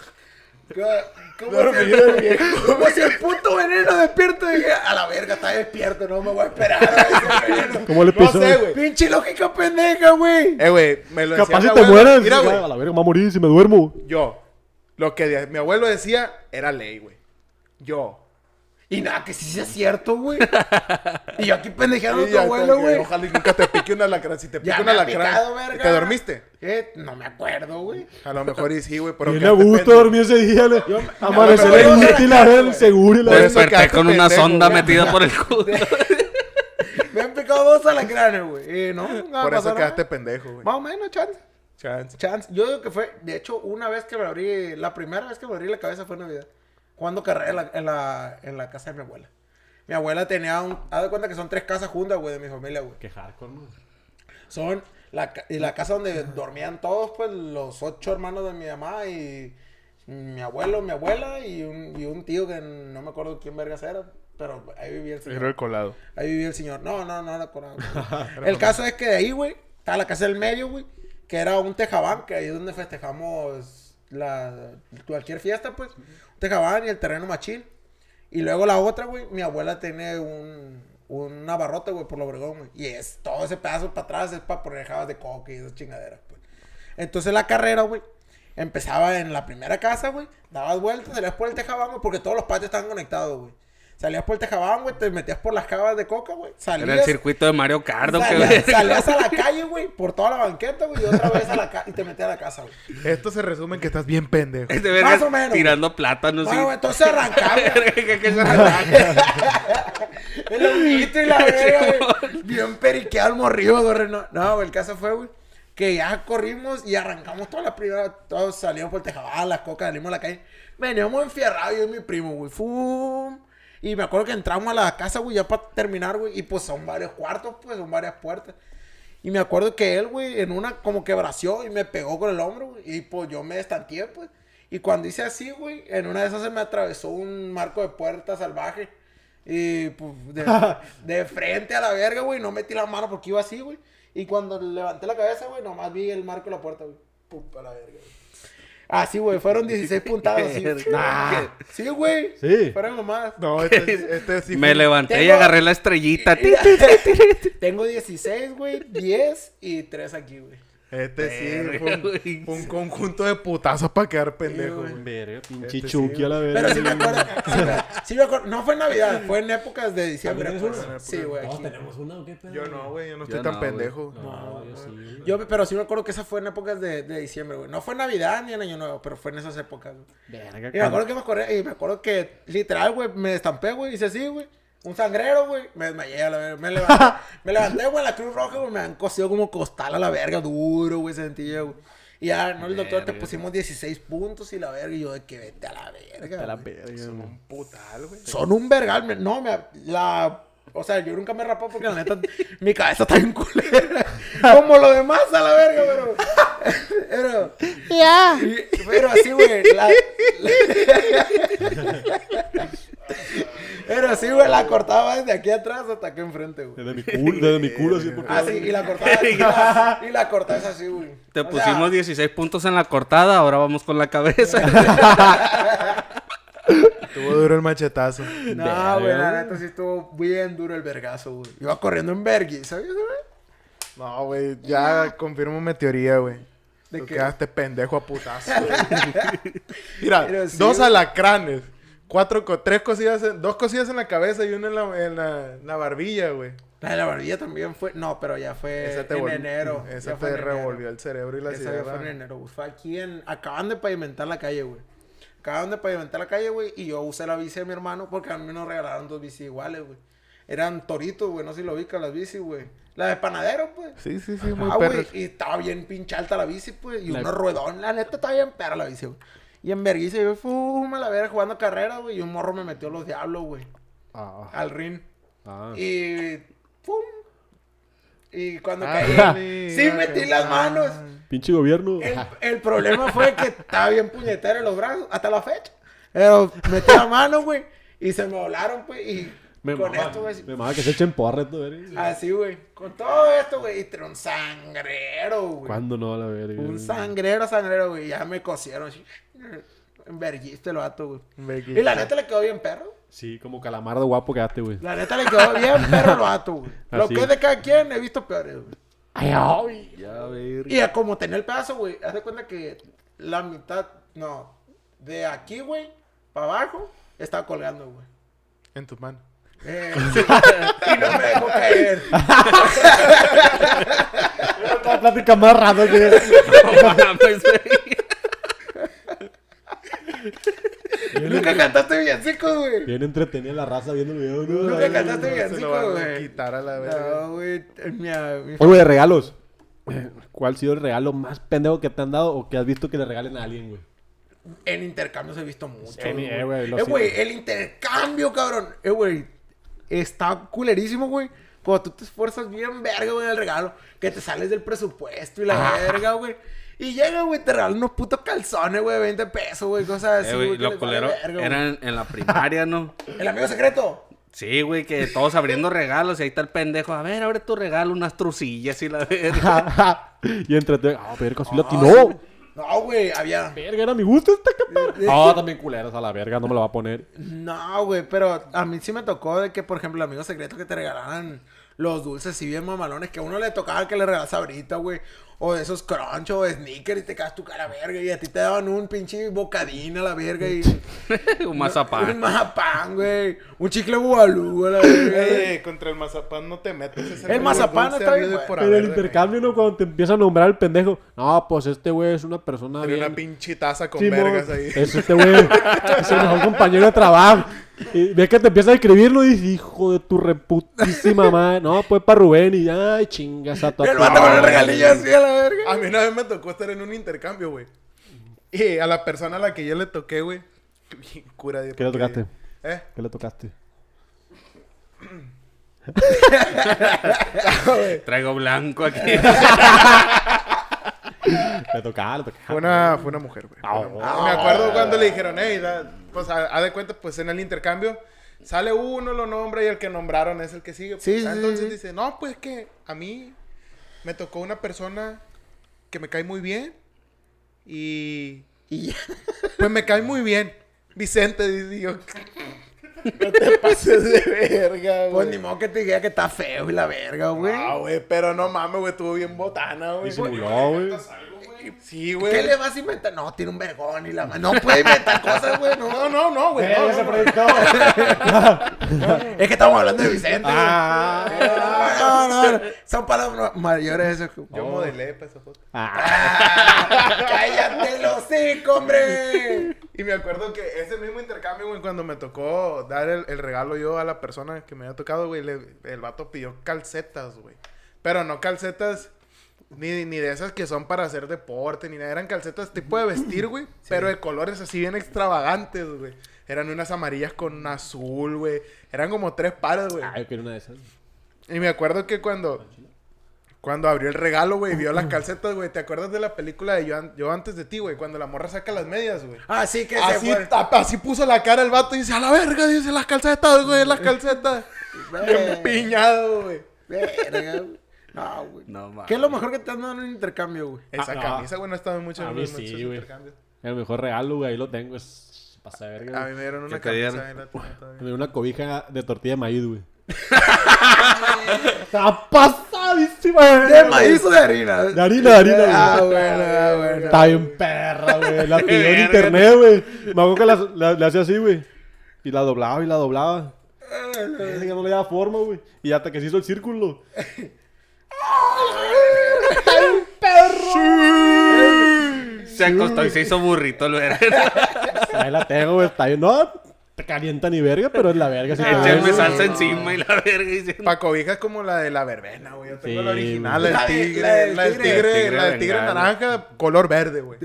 S4: ¿Cómo, si, [laughs] cómo si el puto veneno despierta? Dije, a la verga, está despierto, no me voy a esperar. a ese veneno".
S1: ¿Cómo le
S2: No
S1: pisó?
S2: sé, güey.
S4: Pinche lógica pendeja, güey.
S2: Eh, güey, me lo decía
S1: Capaz
S2: mi
S1: si te
S2: abuelo.
S1: mueres.
S2: Mira,
S1: A
S2: güey,
S1: la verga, me voy a morir si me duermo.
S2: yo, lo que de- mi abuelo decía era ley, güey. Yo.
S4: Y nada, que sí sea cierto, güey. y yo aquí pendejeando a
S2: Y
S4: tu
S2: ya,
S4: abuelo,
S2: que
S4: güey.
S2: Ojalá y nunca te pique un alacrán. Si te
S4: Ya
S2: pique un
S4: me ha
S2: alacrán,
S4: picado, verga.
S2: ¿te dormiste?
S4: Eh, no me acuerdo, güey.
S2: A lo mejor y sí, güey, pero...
S1: Bien a
S2: quedaste
S1: gusto
S2: pendejo.
S1: dormí ese día. lo- [laughs]
S4: me
S1: Amanecer
S4: voy a
S1: en
S4: la
S1: Muti, la
S4: casa,
S1: verga, el
S4: güey.
S1: seguro y la
S2: Por
S1: verga.
S2: eso
S3: Desperté
S2: quedaste
S3: con una
S2: pendejo,
S3: sonda
S2: güey.
S3: metida por el
S4: [laughs]
S3: culo.
S4: Me han picado dos alacranes, güey. Eh, no, nada
S2: Por eso
S4: pasará.
S2: quedaste pendejo, güey.
S4: Más o menos, chance. Chance. Yo digo que fue, de hecho, una vez que me abrí, la primera vez que me abrí la cabeza fue en Navidad. Cuando carrera en la, en la, en la casa de mi abuela. Mi abuela tenía un. Haz de cuenta que son tres casas juntas, güey, de mi familia, güey.
S1: Qué hardcore, ¿no?
S4: Son la, ca- y la casa donde dormían todos, pues, los ocho hermanos de mi mamá y mi abuelo, mi abuela y un, y un tío que no me acuerdo quién vergas era, pero ahí vivía el señor.
S2: Era el colado.
S4: Ahí vivía el señor. No, no, no era Corán. el caso es que de ahí, güey, está la casa del medio, güey, que era un tejabán, que ahí es donde festejamos la, cualquier fiesta, pues. Un tejabán y el terreno machín. Y luego la otra, güey, mi abuela tiene un, una barrota, güey, por lo Obregón, güey. Y es todo ese pedazo para atrás, es para poner jabas de coca y esas chingaderas, pues. Entonces la carrera, güey, Empezaba en la primera casa, güey. Dabas vueltas, salías por el tejabán, güey, porque todos los patios estaban conectados, güey. Salías por el tejabán, güey, te metías por las cavas de coca, güey. Salías.
S3: Era el circuito de Mario Kart, ¿o qué, [laughs]
S4: salías,
S3: güey?
S4: salías a la calle, güey, por toda la banqueta, güey, y otra vez a la ca- y te metías a la casa, güey.
S2: Esto se resume en que estás bien pendejo.
S3: Este verga
S4: Más o menos.
S3: Tirando plátanos
S4: Bueno,
S3: y...
S4: güey, entonces arrancamos.
S3: [laughs] ¿Qué, qué se relaja?
S4: [laughs] El honguito y la verga, güey. Bien periqueado el morrillo, güey. No, no, güey, el caso fue, güey. Que ya corrimos y arrancamos toda la primera. Todos salimos por el tejabal, las cocas, salimos a la calle. Veníamos enfierrados, yo y mi primo, güey. Fum. Y me acuerdo que entramos a la casa, güey, ya para terminar, güey. Y pues son varios cuartos, pues son varias puertas. Y me acuerdo que él, güey, en una como que bració y me pegó con el hombro, güey. Y pues yo me estanteé, pues. Y cuando hice así, güey, en una de esas se me atravesó un marco de puerta salvaje. Y pues de, de frente a la verga, güey, no metí la mano porque iba así, güey. Y cuando levanté la cabeza, güey, nomás vi el marco de la puerta, güey. Pum, a la verga, güey. Así, güey, fueron 16 puntadas. así.
S3: Nah.
S4: Sí, güey.
S1: Sí.
S4: Fueron nomás.
S2: No, [laughs]
S3: [laughs]
S2: este, este sí.
S3: Me
S2: fue-
S3: levanté y
S4: Tengo-
S3: agarré la estrellita. Ti, ti.
S4: [laughs] Tengo 16, güey, 10 y 3 aquí, güey.
S2: Este sí. Fue
S3: Verga,
S2: un,
S3: güey.
S2: fue un conjunto de putazos para quedar pendejo,
S4: güey.
S2: güey.
S1: Verga, pinche
S2: Este sí,
S1: Chucky a la verga.
S4: Pero sí
S1: [laughs]
S4: me acuerdo. sí me- Sí me acuerdo. No fue en Navidad, fue en épocas de diciembre.
S1: ¿También es
S4: pues.
S1: una?
S4: Sí, güey.
S1: No,
S4: aquí.
S1: tenemos una o qué pedo.
S2: Yo no, güey. Yo no estoy
S3: Yo
S2: tan
S3: no, güey.
S2: pendejo.
S1: No, yo sí.
S4: Yo, pero sí me acuerdo que esa fue en épocas de, de diciembre, güey. No fue en Navidad ni en Año Nuevo, pero fue en esas épocas, güey.
S1: Verga,
S4: Y me acuerdo que me acordé, y me acuerdo que literal, güey, me estampé, güey, hice así, güey. Un sangrero, güey. Me desmayé a la verga.
S1: [laughs]
S4: Me levanté, me levanté, güey, en la Cruz Roja, güey. Me han cosido como costal a la verga, duro, güey, sentí yo, güey. Y ya, no, el doctor, te
S3: Verga.
S4: pusimos 16 puntos y la verga. Y yo, de que vete a la verga.
S1: A la
S4: güey.
S1: verga, güey.
S2: Putal, güey.
S4: Son un vergal. me- No, me. La. O sea, yo nunca me rapó porque la neta. [laughs] mi cabeza está
S3: [laughs]
S4: bien culera. Como lo demás a la verga, pero. [laughs] Pero. Ya. Pero así, güey. La, [laughs] la- pero así, güey, la cortaba desde aquí atrás hasta aquí enfrente, güey.
S1: Desde mi culo, desde mi culo, así por
S2: Ah,
S1: todo.
S4: Así, y la cortaba. Y
S3: [laughs]
S4: la, y la cortabas así, güey.
S3: Te
S4: O sea,
S3: pusimos 16 puntos en la cortada, ahora vamos con la
S4: [laughs]
S3: cabeza. [laughs]
S2: Tuvo duro el machetazo.
S4: No, güey, la
S1: Verga.
S4: neta sí estuvo bien duro el vergazo, güey. Iba corriendo en vergui, ¿sabes, güey?
S2: No, güey. Ya confirmo mi teoría, güey.
S4: ¿De
S2: Tú
S4: qué?
S2: quedaste pendejo a putazo.
S4: [laughs]
S2: güey. Mira,
S4: Pero sí,
S2: dos
S4: güey.
S2: alacranes. Cuatro, co- tres cosillas, en- dos cosillas en la cabeza y una en la, en la- en la barbilla, güey.
S4: La de la barbilla también fue. No, pero ya fue
S2: Esa te
S4: Eh, en
S2: vol-
S4: enero.
S2: Esa
S4: ya fue
S2: te
S4: en enero.
S2: revolvió el cerebro y la
S4: Esa ya fue en
S2: ciudad.
S4: enero. güey. Fue aquí en. Acaban de pavimentar la calle, güey. Acaban de pavimentar la calle, güey. Y yo usé la bici de mi hermano porque a mí nos regalaron dos bicis iguales, güey. Eran toritos, güey. No sé si lo vi las bicis, güey. La de panadero, pues.
S2: Sí, sí, sí, muy
S4: Ah,
S2: perro.
S4: güey, y estaba bien pinche alta la bici, pues, y
S1: La-
S4: unos ruedón, la neta estaba bien perra la bici, güey. Y en vergüenza yo fuma la verga jugando carrera, güey, y un morro me metió los diablos, güey,
S1: Ah,
S4: al ring.
S1: ah.
S4: Y. ¡Pum! Y cuando
S2: Ah,
S4: caí.
S1: [laughs]
S2: dale,
S4: sí,
S2: dale.
S4: metí las manos.
S1: Pinche gobierno.
S4: El, el problema fue que estaba bien puñetero en los brazos, hasta la fecha. Pero metí las manos, güey. Y se me volaron, pues. Y
S1: Me
S4: con
S1: mama,
S4: esto, güey.
S1: me mama que se echen porra, tú, verga.
S4: Así, güey. Con todo esto, güey. Y tra- un sangrero, güey.
S1: ¿Cuándo no, a la verga?
S4: Un
S1: güey?
S4: sangrero, sangrero, güey. Ya me cosieron. así. Enverguiste lo vato, güey.
S2: Verguiste.
S4: Y la neta le quedó bien perro.
S1: Sí, como calamar de guapo quedaste, güey.
S4: La neta le quedó bien perro lo
S1: [laughs]
S4: vato, güey. Lo
S1: Así.
S4: que es de cada quien, he visto peores, güey.
S1: Ay, ay.
S3: Ya, verga.
S4: Y a como tenía el pedazo, güey, haz de cuenta que la mitad, no, de aquí, güey, para abajo, estaba colgando, güey.
S2: En tus manos. [laughs]
S4: Eh, sí, y no me dejó caer.
S1: La plática más rara que
S3: No mames, güey.
S4: Nunca cantaste villancicos, güey.
S1: Bien entretenida la raza viendo el video, ¿no?
S4: Nunca
S1: Ay,
S4: cantaste
S2: No, se lo
S4: villancicos,
S2: van a
S4: güey.
S2: quitar a la verga.
S4: No, güey, mi, mi-
S1: Oye, güey, regalos. [clears throat] ¿Cuál ha sido el regalo más pendejo que te han dado o que has visto que le regalen a alguien, güey?
S4: en intercambios he visto mucho.
S1: Sí,
S4: güey.
S1: eh, güey, lo
S4: Eh, güey,
S1: siento.
S4: el intercambio, cabrón. Eh, güey, está culerísimo, güey. Cuando tú te esfuerzas bien, verga, güey, en el regalo. Que te sales del presupuesto y la verga, güey. Y llega, güey, te regalan unos putos calzones, güey, 20 pesos, güey, cosas así,
S3: Eh,
S4: güey.
S3: güey,
S4: que
S3: los
S4: les vale
S3: culeros
S4: verga, güey.
S3: eran en la primaria, ¿no?
S4: El amigo secreto.
S3: Sí, güey, que todos abriendo regalos y ahí está el pendejo. A ver, abre tu regalo, unas trucillas y la verga.
S1: [laughs]
S3: [laughs]
S1: y entretenida. Ah, verga, sí la
S4: sí,
S1: atinó.
S4: güey. No, güey, había.
S1: Verga, era mi gusto esta capara. Ah, también culeros a la verga, no me la va a poner.
S4: No, güey, pero a mí sí me tocó de que, por ejemplo, el amigo secreto que te regalaran los dulces sí bien mamalones que a uno le tocaba que le regalas ahorita, güey. O de esos crunch o de sneakers y te cagas tu cara verga y a ti te daban un pinche bocadín a la verga [laughs] y...
S3: un
S4: Un
S3: mazapán.
S4: mazapán, güey. Un chicle bubalú, güey. a la verga, [laughs] güey.
S2: Eh, contra el mazapán no te metes. ese
S4: El
S2: juego
S4: mazapán
S2: dulce
S4: está bien
S2: habido y
S4: bueno.
S2: por
S1: En
S2: haber,
S1: el
S2: güey.
S1: intercambio, ¿no? Cuando te empieza a nombrar el pendejo. No, pues este güey es una persona
S2: Tenía una
S1: bien...
S2: pinche taza con
S1: Simón,
S2: vergas ahí.
S1: [laughs] Es este güey. Es el mejor compañero de trabajo. Y ve que te empieza a escribirlo y dices, hijo de tu reputísima madre. No, pues para Rubén y ya, ay, chingas a tu
S4: El vato con el
S1: madre.
S4: regalillo así a la verga.
S2: A mí una vez me tocó estar en un intercambio, güey. Y a la persona a la que yo le toqué, güey. [laughs] qué bien Cura, Dios,
S1: ¿Qué le
S2: porque-
S1: tocaste?
S2: ¿Eh?
S1: ¿Qué le tocaste?
S3: Traigo blanco
S2: [laughs]
S3: aquí.
S1: Le tocaba, le Ah, tocaba.
S2: Fue una, fue una mujer, güey. Fue una mujer. Me acuerdo cuando le dijeron, hey, da- pues a- haz de cuenta, pues en el intercambio sale uno, lo nombra y el que nombraron es el que sigue. pues,
S4: Sí, sí,
S2: ah,
S4: sí,
S2: entonces
S4: sí.
S2: dice, no, pues que a mí me tocó una persona que me cae muy bien y
S4: Y ya.
S2: [laughs] pues me cae muy bien. Vicente, dice yo. No te pases de verga,
S4: Pues ni modo que te diga que está feo y la verga, güey.
S2: Ah, güey, pero no mames, güey, estuvo bien botana, güey.
S1: Disimuló, güey.
S2: Sí,
S4: ¿Qué
S2: güey.
S4: le vas a inventar? No, tiene un vergón y la ma- No puede inventar cosas, güey. No,
S2: No, no, no, güey.
S1: Ah,
S2: no, no, no.
S4: [laughs] Es que estamos hablando de Vicente. güey.
S1: Ah,
S4: No, no, no. Son palabras mayores eso.
S2: Yo modelé para esa foto.
S1: ah.
S4: ¡Cállate los hocico, hombre!
S2: Y me acuerdo que ese mismo intercambio, güey, cuando me tocó dar el, el regalo yo a la persona que me había tocado, güey, le- el vato pidió calcetas, güey. Pero no calcetas ni, ni de esas que son para hacer deporte, ni nada. Eran calcetas tipo de vestir, güey, pero de colores así bien extravagantes, güey. Eran unas amarillas con azul, güey. Eran como tres pares, güey.
S1: Ay, yo quiero una de esas.
S2: Y me acuerdo que cuando... Cuando abrió el regalo, güey, vio las calcetas, güey. ¿Te acuerdas de la película de Yo, an- yo antes de ti, güey? Cuando la morra saca las medias, güey.
S4: Así que se
S2: Así,
S4: fue.
S2: a- así puso la cara el vato y dice, a la verga, dice, las calcetas, güey, las calcetas. Bien piñado, güey.
S4: Verga, güey. No, güey.
S3: No, mames.
S4: ¿Qué es lo mejor que te han dado en un intercambio, güey?
S2: Esa
S1: Ah, no.
S2: camisa, güey, no estaba mucho
S1: A
S2: en
S1: mí
S2: muchos
S1: sí, güey.
S2: intercambios.
S1: El mejor regalo, güey. Ahí lo tengo. Es... Pasa de
S2: A
S1: verga.
S2: mí me dieron una
S3: te dieron?
S2: camisa. ahí la tengo todavía.
S1: güey. Una cobija de tortilla de maíz, güey. Está pasadísima. de verga,
S4: ¿De
S1: güey.
S4: maíz o de harina?
S1: De harina, de harina, güey.
S4: Ah, bueno, ah, bueno.
S1: Está bien perra, güey. La pidió en internet, güey. Me acuerdo que la, la- le hacía así, güey. Y la doblaba y la doblaba. Verga, no le daba forma, güey. Y hasta que se hizo el círculo.
S3: Se acostó y se hizo burrito el verano. [laughs]
S1: Ahí la tengo, güey. Está bien. No, te calienta ni verga, pero es la verga. sí, está
S3: Echarme
S1: bien.
S3: salsa encima y la verga. Y se...
S2: Pa' cobijas como la de la verbena, güey. Yo tengo
S1: Sí,
S2: la original,
S4: güey.
S2: la
S4: La de-
S2: del tigre,
S4: la del
S2: la del
S4: tigre.
S2: tigre,
S3: Tigre
S2: la del tigre
S3: bengala.
S2: naranja, color
S1: [laughs]
S2: verde, güey.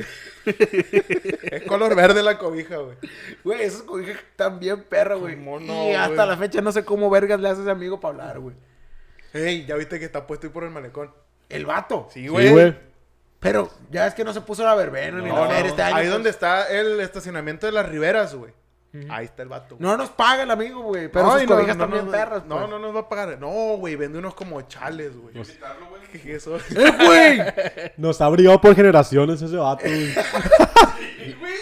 S2: es color verde la cobija, güey.
S4: Güey, esos cobijas están bien perros, güey.
S2: ¿Cómo no,
S4: Y hasta
S2: güey?
S4: la fecha no sé cómo vergas le haces amigo para hablar, güey.
S2: Ey, ya viste que está puesto ahí por el malecón.
S4: El vato.
S2: Sí,
S1: Sí,
S2: güey.
S1: güey.
S4: Pero ya es que no se puso la verbena ni
S2: No,
S4: la
S2: no,
S4: verga
S2: no.
S4: este año.
S2: ahí
S4: pues.
S2: donde está el estacionamiento de las riberas, güey. Ahí está el vato. güey.
S4: No nos paga el amigo, güey. Pero
S2: No,
S4: sus
S2: y no-
S4: cobijas
S2: no
S4: están bien
S2: nos-
S4: perras,
S2: No,
S4: pues.
S2: no nos va a pagar. No, güey, vende unos como chales, güey.
S5: Quitarlo, güey.
S2: ¿Qué es eso?
S4: ¡Eh, güey!
S1: Nos ha brillado por generaciones ese vato, güey.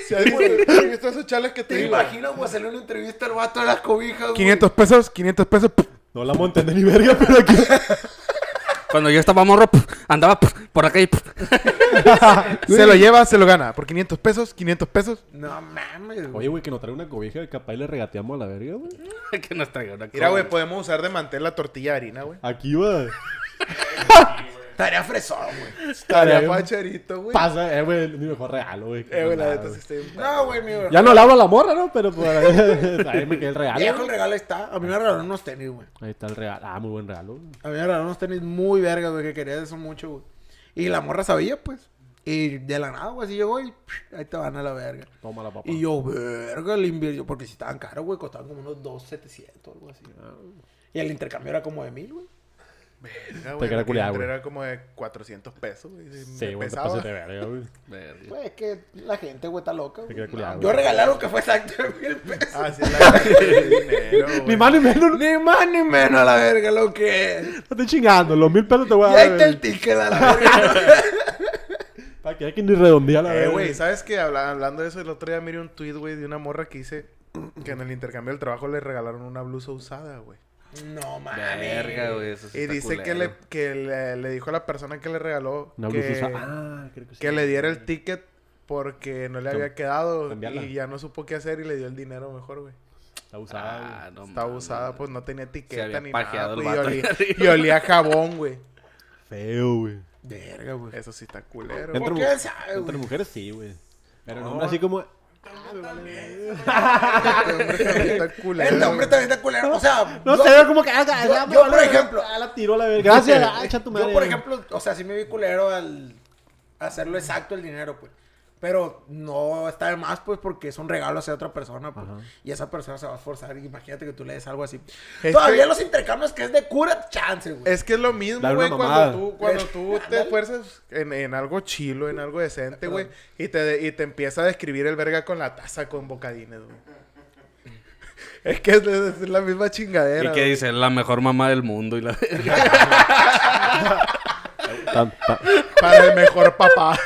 S2: ¿Sí has visto- sí has visto esos chales que te
S4: Te
S2: digo?
S4: imagino, güey, hacerle una entrevista al vato de las cobijas, güey.
S2: 500 pesos, 500 pesos. puf.
S1: No la monté ni verga, pero aquí.
S3: Cuando yo estaba morro, pf, andaba pf, por acá y pf. [laughs]
S2: Se lo lleva, se lo gana. Por 500 pesos, 500 pesos.
S4: No mames,
S1: [laughs]
S4: güey.
S1: Oye, güey, que nos trae una cobija. Capaz y le regateamos a la verga, güey.
S3: que nos traiga una
S2: Mira, güey, pues,
S3: cola.
S2: podemos usar de mantel la tortilla de harina, güey.
S1: Aquí, güey.
S4: Estaría fresón,
S1: Estaría
S4: güey.
S2: Estaría
S1: bien.
S2: pacherito, güey.
S1: Pasa, eh, güey, mi mejor regalo, güey.
S2: Eh, güey, la
S1: Nada,
S2: neta sí
S1: güey.
S2: está bien.
S4: No, güey, mi güey.
S1: Ya no le hablo a la morra, ¿no? Pero pues,
S2: [laughs]
S1: ahí [laughs] me quedé el regalo.
S4: Viejo, el regalo ahí está. A mí me regalaron unos tenis, güey.
S1: Ahí está el regalo. Ah, muy buen regalo. güey.
S4: A mí me regalaron unos tenis muy vergas, güey, que quería de eso mucho, güey. Y la morra sabía, pues. Y de la nada, güey, así llegó y psh, ahí te van a la verga.
S1: Tómala, papá.
S4: Y yo, verga, le invirtió. Porque si estaban caros, güey, costaban como unos 2,700 o algo así. Y el intercambio era como de mil, güey.
S2: Verga,
S1: Te queda culiar,
S2: Era
S1: güey.
S2: Era como de 400 pesos, güey.
S1: Sí,
S2: Me
S1: güey, te
S2: pesaba.
S1: pasé de verga, güey.
S3: Verga.
S4: Güey, es que la gente, güey, está loca,
S1: Te
S4: güey.
S1: quedé culiado,
S4: Yo
S1: güey.
S4: regalé lo que fue exacto de mil pesos.
S2: Ah, sí, la dinero, güey.
S1: [laughs] Ni más ni menos.
S4: Ni más ni menos a la verga lo que es.
S1: No te chingando. Los mil pesos te voy a
S4: Y ahí
S1: dar.
S4: está el
S1: güey.
S4: ticket a la verga.
S1: Para que hay que ni redondea la
S2: Eh,
S1: verga.
S2: güey, ¿sabes qué? Habla- hablando de eso, el otro día miré un tweet, güey, de una morra que dice que en el intercambio del trabajo le regalaron una blusa usada, güey.
S4: No mames.
S3: Verga, güey. Eso sí
S2: Y
S3: está
S2: dice que,
S3: culero.
S2: le, que le, le dijo a la persona que le regaló
S1: Una
S2: que,
S1: blusa. Ah, creo que sí.
S2: que le diera el ticket porque no le había quedado
S1: cambiarla.
S2: y ya no supo qué hacer y le dio el dinero mejor, güey.
S1: Está usada.
S3: Ah, no
S2: Estaba
S3: mames.
S2: usada, pues no tenía etiqueta
S3: había
S2: ni nada,
S3: pajeado el
S2: güey, y
S3: vato
S2: olía,
S3: ahí
S2: y olía a jabón, güey.
S1: güey. Feo, güey.
S4: Verga, güey.
S2: Eso sí está culero.
S1: Entre,
S4: ¿Por
S1: mu-
S4: qué sabe,
S1: entre
S4: güey?
S1: mujeres sí, güey. Pero no, así como.
S2: está
S3: [laughs]
S2: culero.
S4: Este hombre también está culero. O sea,
S1: No
S4: yo-
S1: sé, era como que. ah, ah,
S4: yo-
S1: ah,
S4: yo,
S1: ah,
S4: por
S1: ah,
S4: ejemplo-
S1: ah, la tiró la verga. Gracias, ah, echa tu madre.
S4: Yo, por ejemplo, o sea, sí me vi culero al hacerlo exacto el dinero, pues. Pero no está de más, pues, porque es un regalo hacia otra persona, pues. Y esa persona se va a esforzar. Imagínate que tú le des algo así.
S2: Es
S4: Todavía
S2: que-
S4: los intercambios que es de cura, chance, güey.
S2: Es que es lo mismo,
S1: Dale una
S2: güey, cuando
S1: mamada.
S2: tú, cuando tú te esfuerzas en, en algo chilo, en algo decente, güey, y te, de- y te empieza a describir el verga con la taza con bocadines, güey. [laughs] Es que es, es la misma
S3: Y
S2: chingadera.
S3: que
S2: güey.
S3: dice, la mejor mamá del mundo. Y la [laughs] verga.
S1: Tan-
S4: [laughs]
S1: tan-
S2: Para el
S1: [laughs]
S2: mejor papá.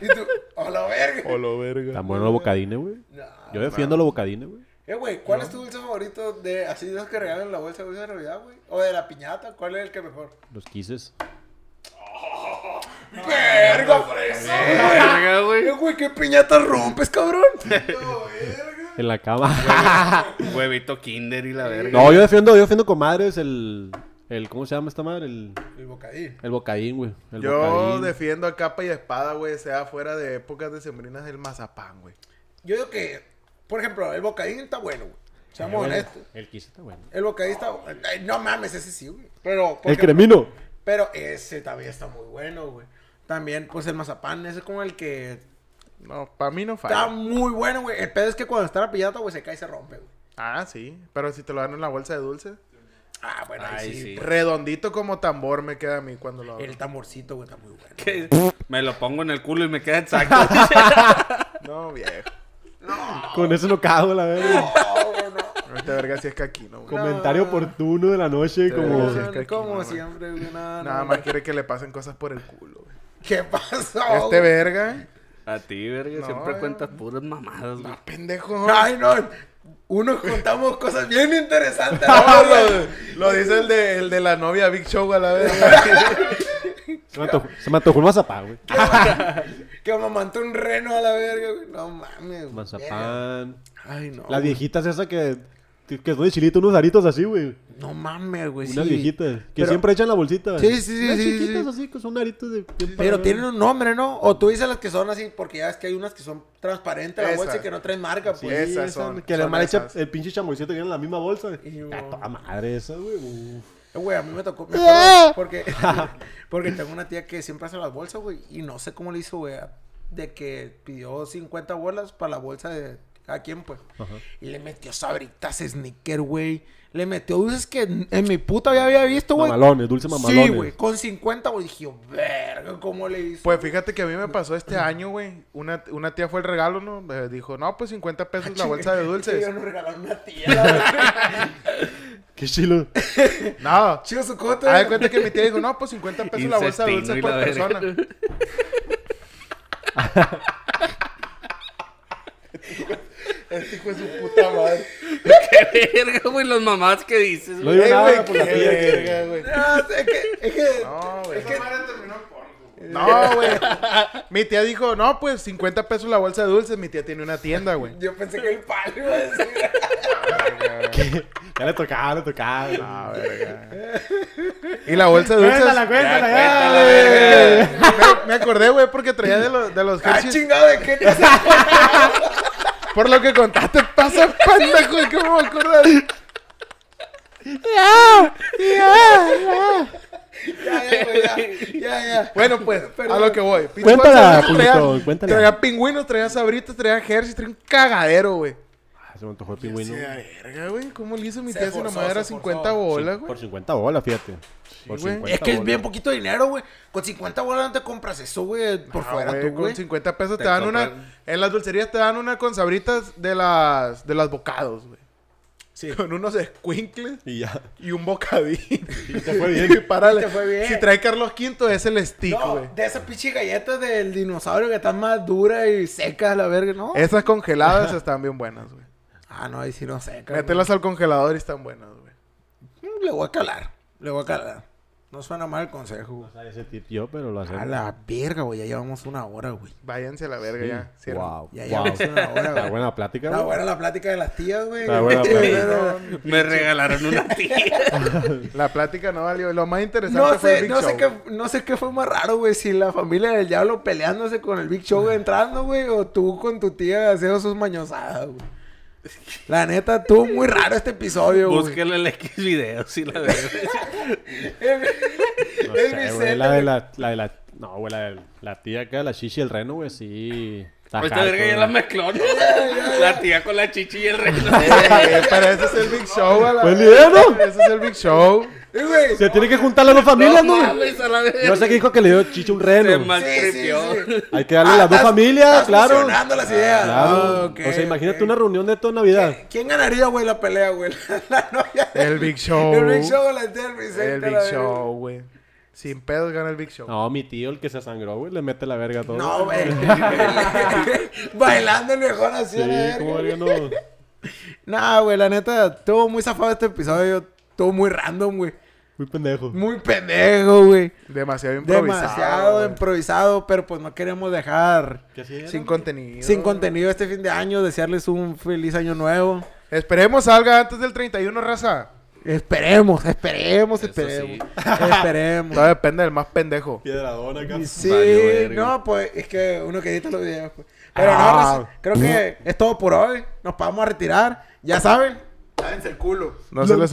S4: Y tú, a la verga.
S2: O lo verga.
S1: Tan bueno los bocadines, güey.
S4: No.
S1: Yo defiendo los bocadines, güey.
S4: Eh, güey, ¿cuál es tu dulce favorito de así de los que regalan en la bolsa de dulce de Navidad, güey? O de la piñata, ¿cuál es el que mejor?
S1: Los quises.
S4: ¡Verga, fresa!
S3: Verga, güey.
S4: Eh, güey, qué piñata rompes, cabrón.
S1: En la
S4: [laughs]
S1: cama. [laughs]
S3: Huevito kinder y la verga.
S1: No, yo defiendo, yo defiendo comadres el. el ¿Cómo se llama esta madre? El,
S4: El bocadín.
S1: el bocadín, güey. El
S2: Yo
S1: bocadín.
S2: defiendo a capa y espada, güey, sea fuera de épocas decembrinas el mazapán, güey.
S4: Yo digo que, por ejemplo, el bocadín está bueno, güey. Seamos
S1: Bueno,
S4: honestos.
S1: El quise está bueno.
S4: El bocadín está bueno. Ay, No mames, ese sí, güey. Pero, por
S1: El
S4: ejemplo,
S1: cremino.
S4: pero ese también está muy bueno, güey. También, pues el mazapán, ese es como el que
S2: No, para mí no
S4: está
S2: falla.
S4: muy bueno, güey. El pedo es que cuando está la pillata, güey, se cae y se rompe, güey.
S2: Ah, sí. Pero si te lo dan en la bolsa de dulce.
S4: Ah, bueno, ahí
S3: Ay,
S4: sí.
S3: sí.
S2: Redondito como tambor me queda a mí cuando lo hago.
S4: El tamborcito, güey, está muy bueno.
S3: Que [laughs] Me lo pongo en el culo y
S2: [laughs]
S3: me queda exacto.
S2: No, viejo.
S1: Con eso no cago, la verga.
S4: No, no.
S2: Esta verga sí es caquino, güey.
S1: Comentario oportuno de la noche,
S2: Sí,
S1: como.
S2: sí, es que aquí
S4: como
S2: no,
S4: siempre, güey, no,
S2: Nada
S4: no.
S2: más quiere que le pasen cosas por el culo, güey.
S4: ¿Qué pasó?
S2: Este
S4: güey?
S2: verga.
S3: A ti, verga.
S2: No,
S3: siempre
S2: eh.
S3: cuentas puras mamadas, güey. [laughs]
S2: No, Ah, pendejo.
S4: Ay, no. Unos contamos cosas
S2: [laughs]
S4: bien interesantes.
S2: [laughs] No,
S4: ¿no, güey?
S2: lo, lo dice el de, el de la novia Big Show a la verga.
S1: Se me antojó, se me antojó un mazapán, güey.
S4: Que mamantó un reno a la verga, güey. No mames, güey.
S1: Mazapán.
S4: Ay, no.
S1: Las
S4: güey.
S1: viejitas esas que. Que que son de chilito, unos aritos así, güey.
S4: No mames, güey.
S1: Unas
S4: sí.
S1: viejitas. Que
S4: Pero-
S1: siempre echan la bolsita.
S4: Sí, sí, sí,
S1: Unas
S4: sí, sí.
S1: chiquitas así, que son aritos de.
S4: Pero tienen un nombre, ¿no? O tú dices las que son así, porque ya ves que hay unas que son transparentes, la
S2: Esas.
S4: bolsa y que no traen marca,
S1: Sí,
S4: pues.
S2: esas
S1: esas
S2: son-
S1: Que la
S2: son
S1: mal echa
S2: esas.
S1: el pinche chamoycito que viene en la misma bolsa.
S4: Y, uh,
S1: güey.
S4: wow.
S1: A toda madre esa, güey. uf.
S4: Eh, Güey, a mí me tocó. me acuerdo porque, [laughs] porque tengo una tía que siempre hace las bolsas, güey. Y no sé cómo le hizo, güey. De que pidió 50 bolas para la bolsa de. ¿A quién, pues? Y le metió sabritas, sneaker, güey. Le metió dulces que en en mi puta vida había visto, güey.
S1: Mamalones, dulce mamalones.
S4: Sí, güey. Con 50, güey. Dije, verga, ¿cómo le hizo?
S2: [laughs] Pues fíjate que a mí me pasó este año, güey. Una, una tía fue el regalo, ¿no? Me dijo, no, pues 50 pesos la bolsa de
S4: Sí, yo
S2: pues, dulces.
S4: nos regalaron una tía, la
S2: [laughs]
S4: verdad.
S1: Qué chilo.
S2: No.
S4: Chido su coto.
S2: Haz de cuenta que mi tía dijo, no, pues 50 pesos la bolsa de
S3: Incestino
S2: dulces
S3: y
S2: por
S3: la verga.
S2: persona. [laughs] Este hijo de su puta madre.
S3: Qué verga, güey, las mamadas que dices,
S1: No
S3: güey.
S1: digo
S2: Eh,
S1: nada
S2: güey,
S1: por la
S2: qué
S1: tía que-
S2: verga, güey.
S4: No, Ah, es que. Es que
S2: No, güey.
S5: Esa madre terminó en porno, güey.
S2: No, güey. Mi tía dijo, no, pues 50 pesos la bolsa de dulces. Mi tía tiene una tienda, güey.
S4: Yo pensé que el palo iba a decir.
S1: Ya le tocaba, le tocaba.
S2: Ah, verga. Y la bolsa de dulces.
S1: Cuéntala, cuéntala,
S3: Ya,
S1: ya,
S3: cuéntala,
S1: güey.
S2: Me, me acordé, güey, porque traía de, los de los
S4: ¡Ah,
S2: Hershey's.
S4: chingado de qué
S2: [laughs]
S4: te hace?
S2: Por lo que contaste, pasa pendejo. Es que me voy a acordar.
S4: Ya, ya, güey, ya, ya, ya.
S2: Bueno, pues, a lo que voy. Pinche
S1: Cuéntala,
S2: bolsa de dulces,
S1: Pulitón,
S2: traía,
S1: cuéntala.
S2: traía pingüinos, traía sabritas, traía Hershey's, traía un cagadero, güey.
S1: Ah, Se me antojó el pingüino.
S2: Sí, a verga, güey. ¿Cómo le hizo mi
S4: Se
S2: tía si
S4: forzó,
S2: nomás era
S4: se forzó.
S2: 50 bolas, güey?
S1: Por 50 bolas, fíjate. Por
S2: güey.
S1: 50
S4: Es que es
S1: bolas.
S4: bien poquito dinero, güey. Con 50 bolas no te compras eso, güey. Por
S2: Ah,
S4: fuera
S2: güey,
S4: tú,
S2: con
S4: güey.
S2: 50 pesos te,
S3: Te
S2: dan una
S3: compran-
S2: en las dulcerías te dan una con sabritas de las de las bocados, güey. Con unos squinkles
S1: Y ya.
S2: y un
S4: [laughs]
S2: bocadín.
S1: Y te fue
S2: y
S1: bien.
S2: párale.
S4: Te fue bien.
S2: Si trae Carlos V es el stick,
S4: No,
S2: güey.
S4: de esas pinches galletas del
S2: Eh.
S4: dinosaurio que están más duras y secas, la verga, ¿no?
S2: Esas congeladas están bien buenas, güey.
S4: Ah, no, ahí sí no sé. cabrón.
S2: Mételas al congelador y están buenas, güey.
S4: Mm, Le voy a calar. Le voy a calar. No suena mal el consejo, güey.
S1: O sea, Ah, ese tip yo, pero lo hacemos.
S4: A la verga, güey. Ya llevamos una hora, güey.
S2: Váyanse a la verga ya.
S1: Sí.
S2: Cierren.
S1: Wow.
S4: Ya
S1: wow.
S4: [laughs] llevamos una hora,
S1: Está
S4: güey.
S1: buena plática,
S4: Está
S1: güey.
S4: buena la plática de las tías, güey.
S1: Está
S4: [laughs]
S1: buena plática.
S3: Me regalaron una tía.
S2: La plática no valió. Lo más interesante
S4: No
S2: fue el
S4: sé,
S2: Big
S4: no
S2: Show.
S4: sé, qué, no sé qué fue más raro, güey. Si la familia del diablo peleándose con el Big Show entrando, güey. O tú con tu tía haciendo sus mañosadas, güey. La neta, estuvo muy raro este episodio, güey.
S3: Búsquenle el X video si la veo.
S4: Eh,
S1: No
S4: Es
S1: sé,
S4: mi
S1: güey,
S4: set,
S1: la de la, la de la... No, güey, la de la tía acá, la chichi y el reno, güey, sí. Está
S4: Pues
S3: Esta
S1: hardcore,
S3: verga ya la
S1: güey.
S3: mezcló. ¿no? La tía con la chichi y el reno.
S2: Eh, pero ese es el Big Show, a la
S1: Pues, lidero.
S2: Ese es el Big Show.
S4: Eh, güey,
S1: Se tiene que juntar
S4: [laughs]
S1: las dos familias, ¿no? güey?
S3: mames, a la verga.
S1: Yo sé que dijo que le dio chichi a un reno.
S3: Se
S1: güey.
S3: maltripió.
S1: Hay que darle a las dos
S4: Ah, [laughs] estás-
S1: familias,
S4: estás
S1: claro.
S4: fusionando las ideas.
S1: Claro.
S4: Ah, ok,
S1: o sea, imagínate
S4: ok.
S1: una reunión de toda Navidad.
S4: ¿Quién ganaría, güey, la pelea, güey? [laughs] La novia de-
S2: El Big Show.
S4: El Big Show, la tía del Vicente,
S2: El
S4: la
S2: Big
S4: verga.
S2: Show, güey. Sin pedos gana el Big Show.
S1: No, mi tío, el que se sangró, güey, le mete la verga a todo.
S4: No, güey. Bailando el mejor así,
S1: Sí,
S4: a la verga.
S1: como verga
S4: [laughs]
S1: no.
S4: Nah, güey, la neta, estuvo muy zafado este episodio. Estuvo muy random, güey.
S1: Muy pendejo.
S4: Muy pendejo, güey.
S2: Demasiado improvisado.
S4: Demasiado
S2: güey.
S4: improvisado, pero pues no queremos dejar
S1: ¿Qué hacía?
S2: Sin contenido.
S4: sin contenido este fin de año. Desearles un feliz año nuevo.
S2: Esperemos salga antes del 31, raza.
S4: Esperemos, esperemos, esperemos.
S2: [laughs]
S4: Esperemos.
S2: Todo depende del más pendejo.
S1: Piedradona acá.
S4: Y Sí,
S3: Valió verga.
S4: no, pues es que uno que edita los videos. pues. Pero no, pues,
S1: Ah.
S4: raza, creo que es todo por hoy. Nos vamos a retirar. Ya saben, lávense el culo.
S2: No se les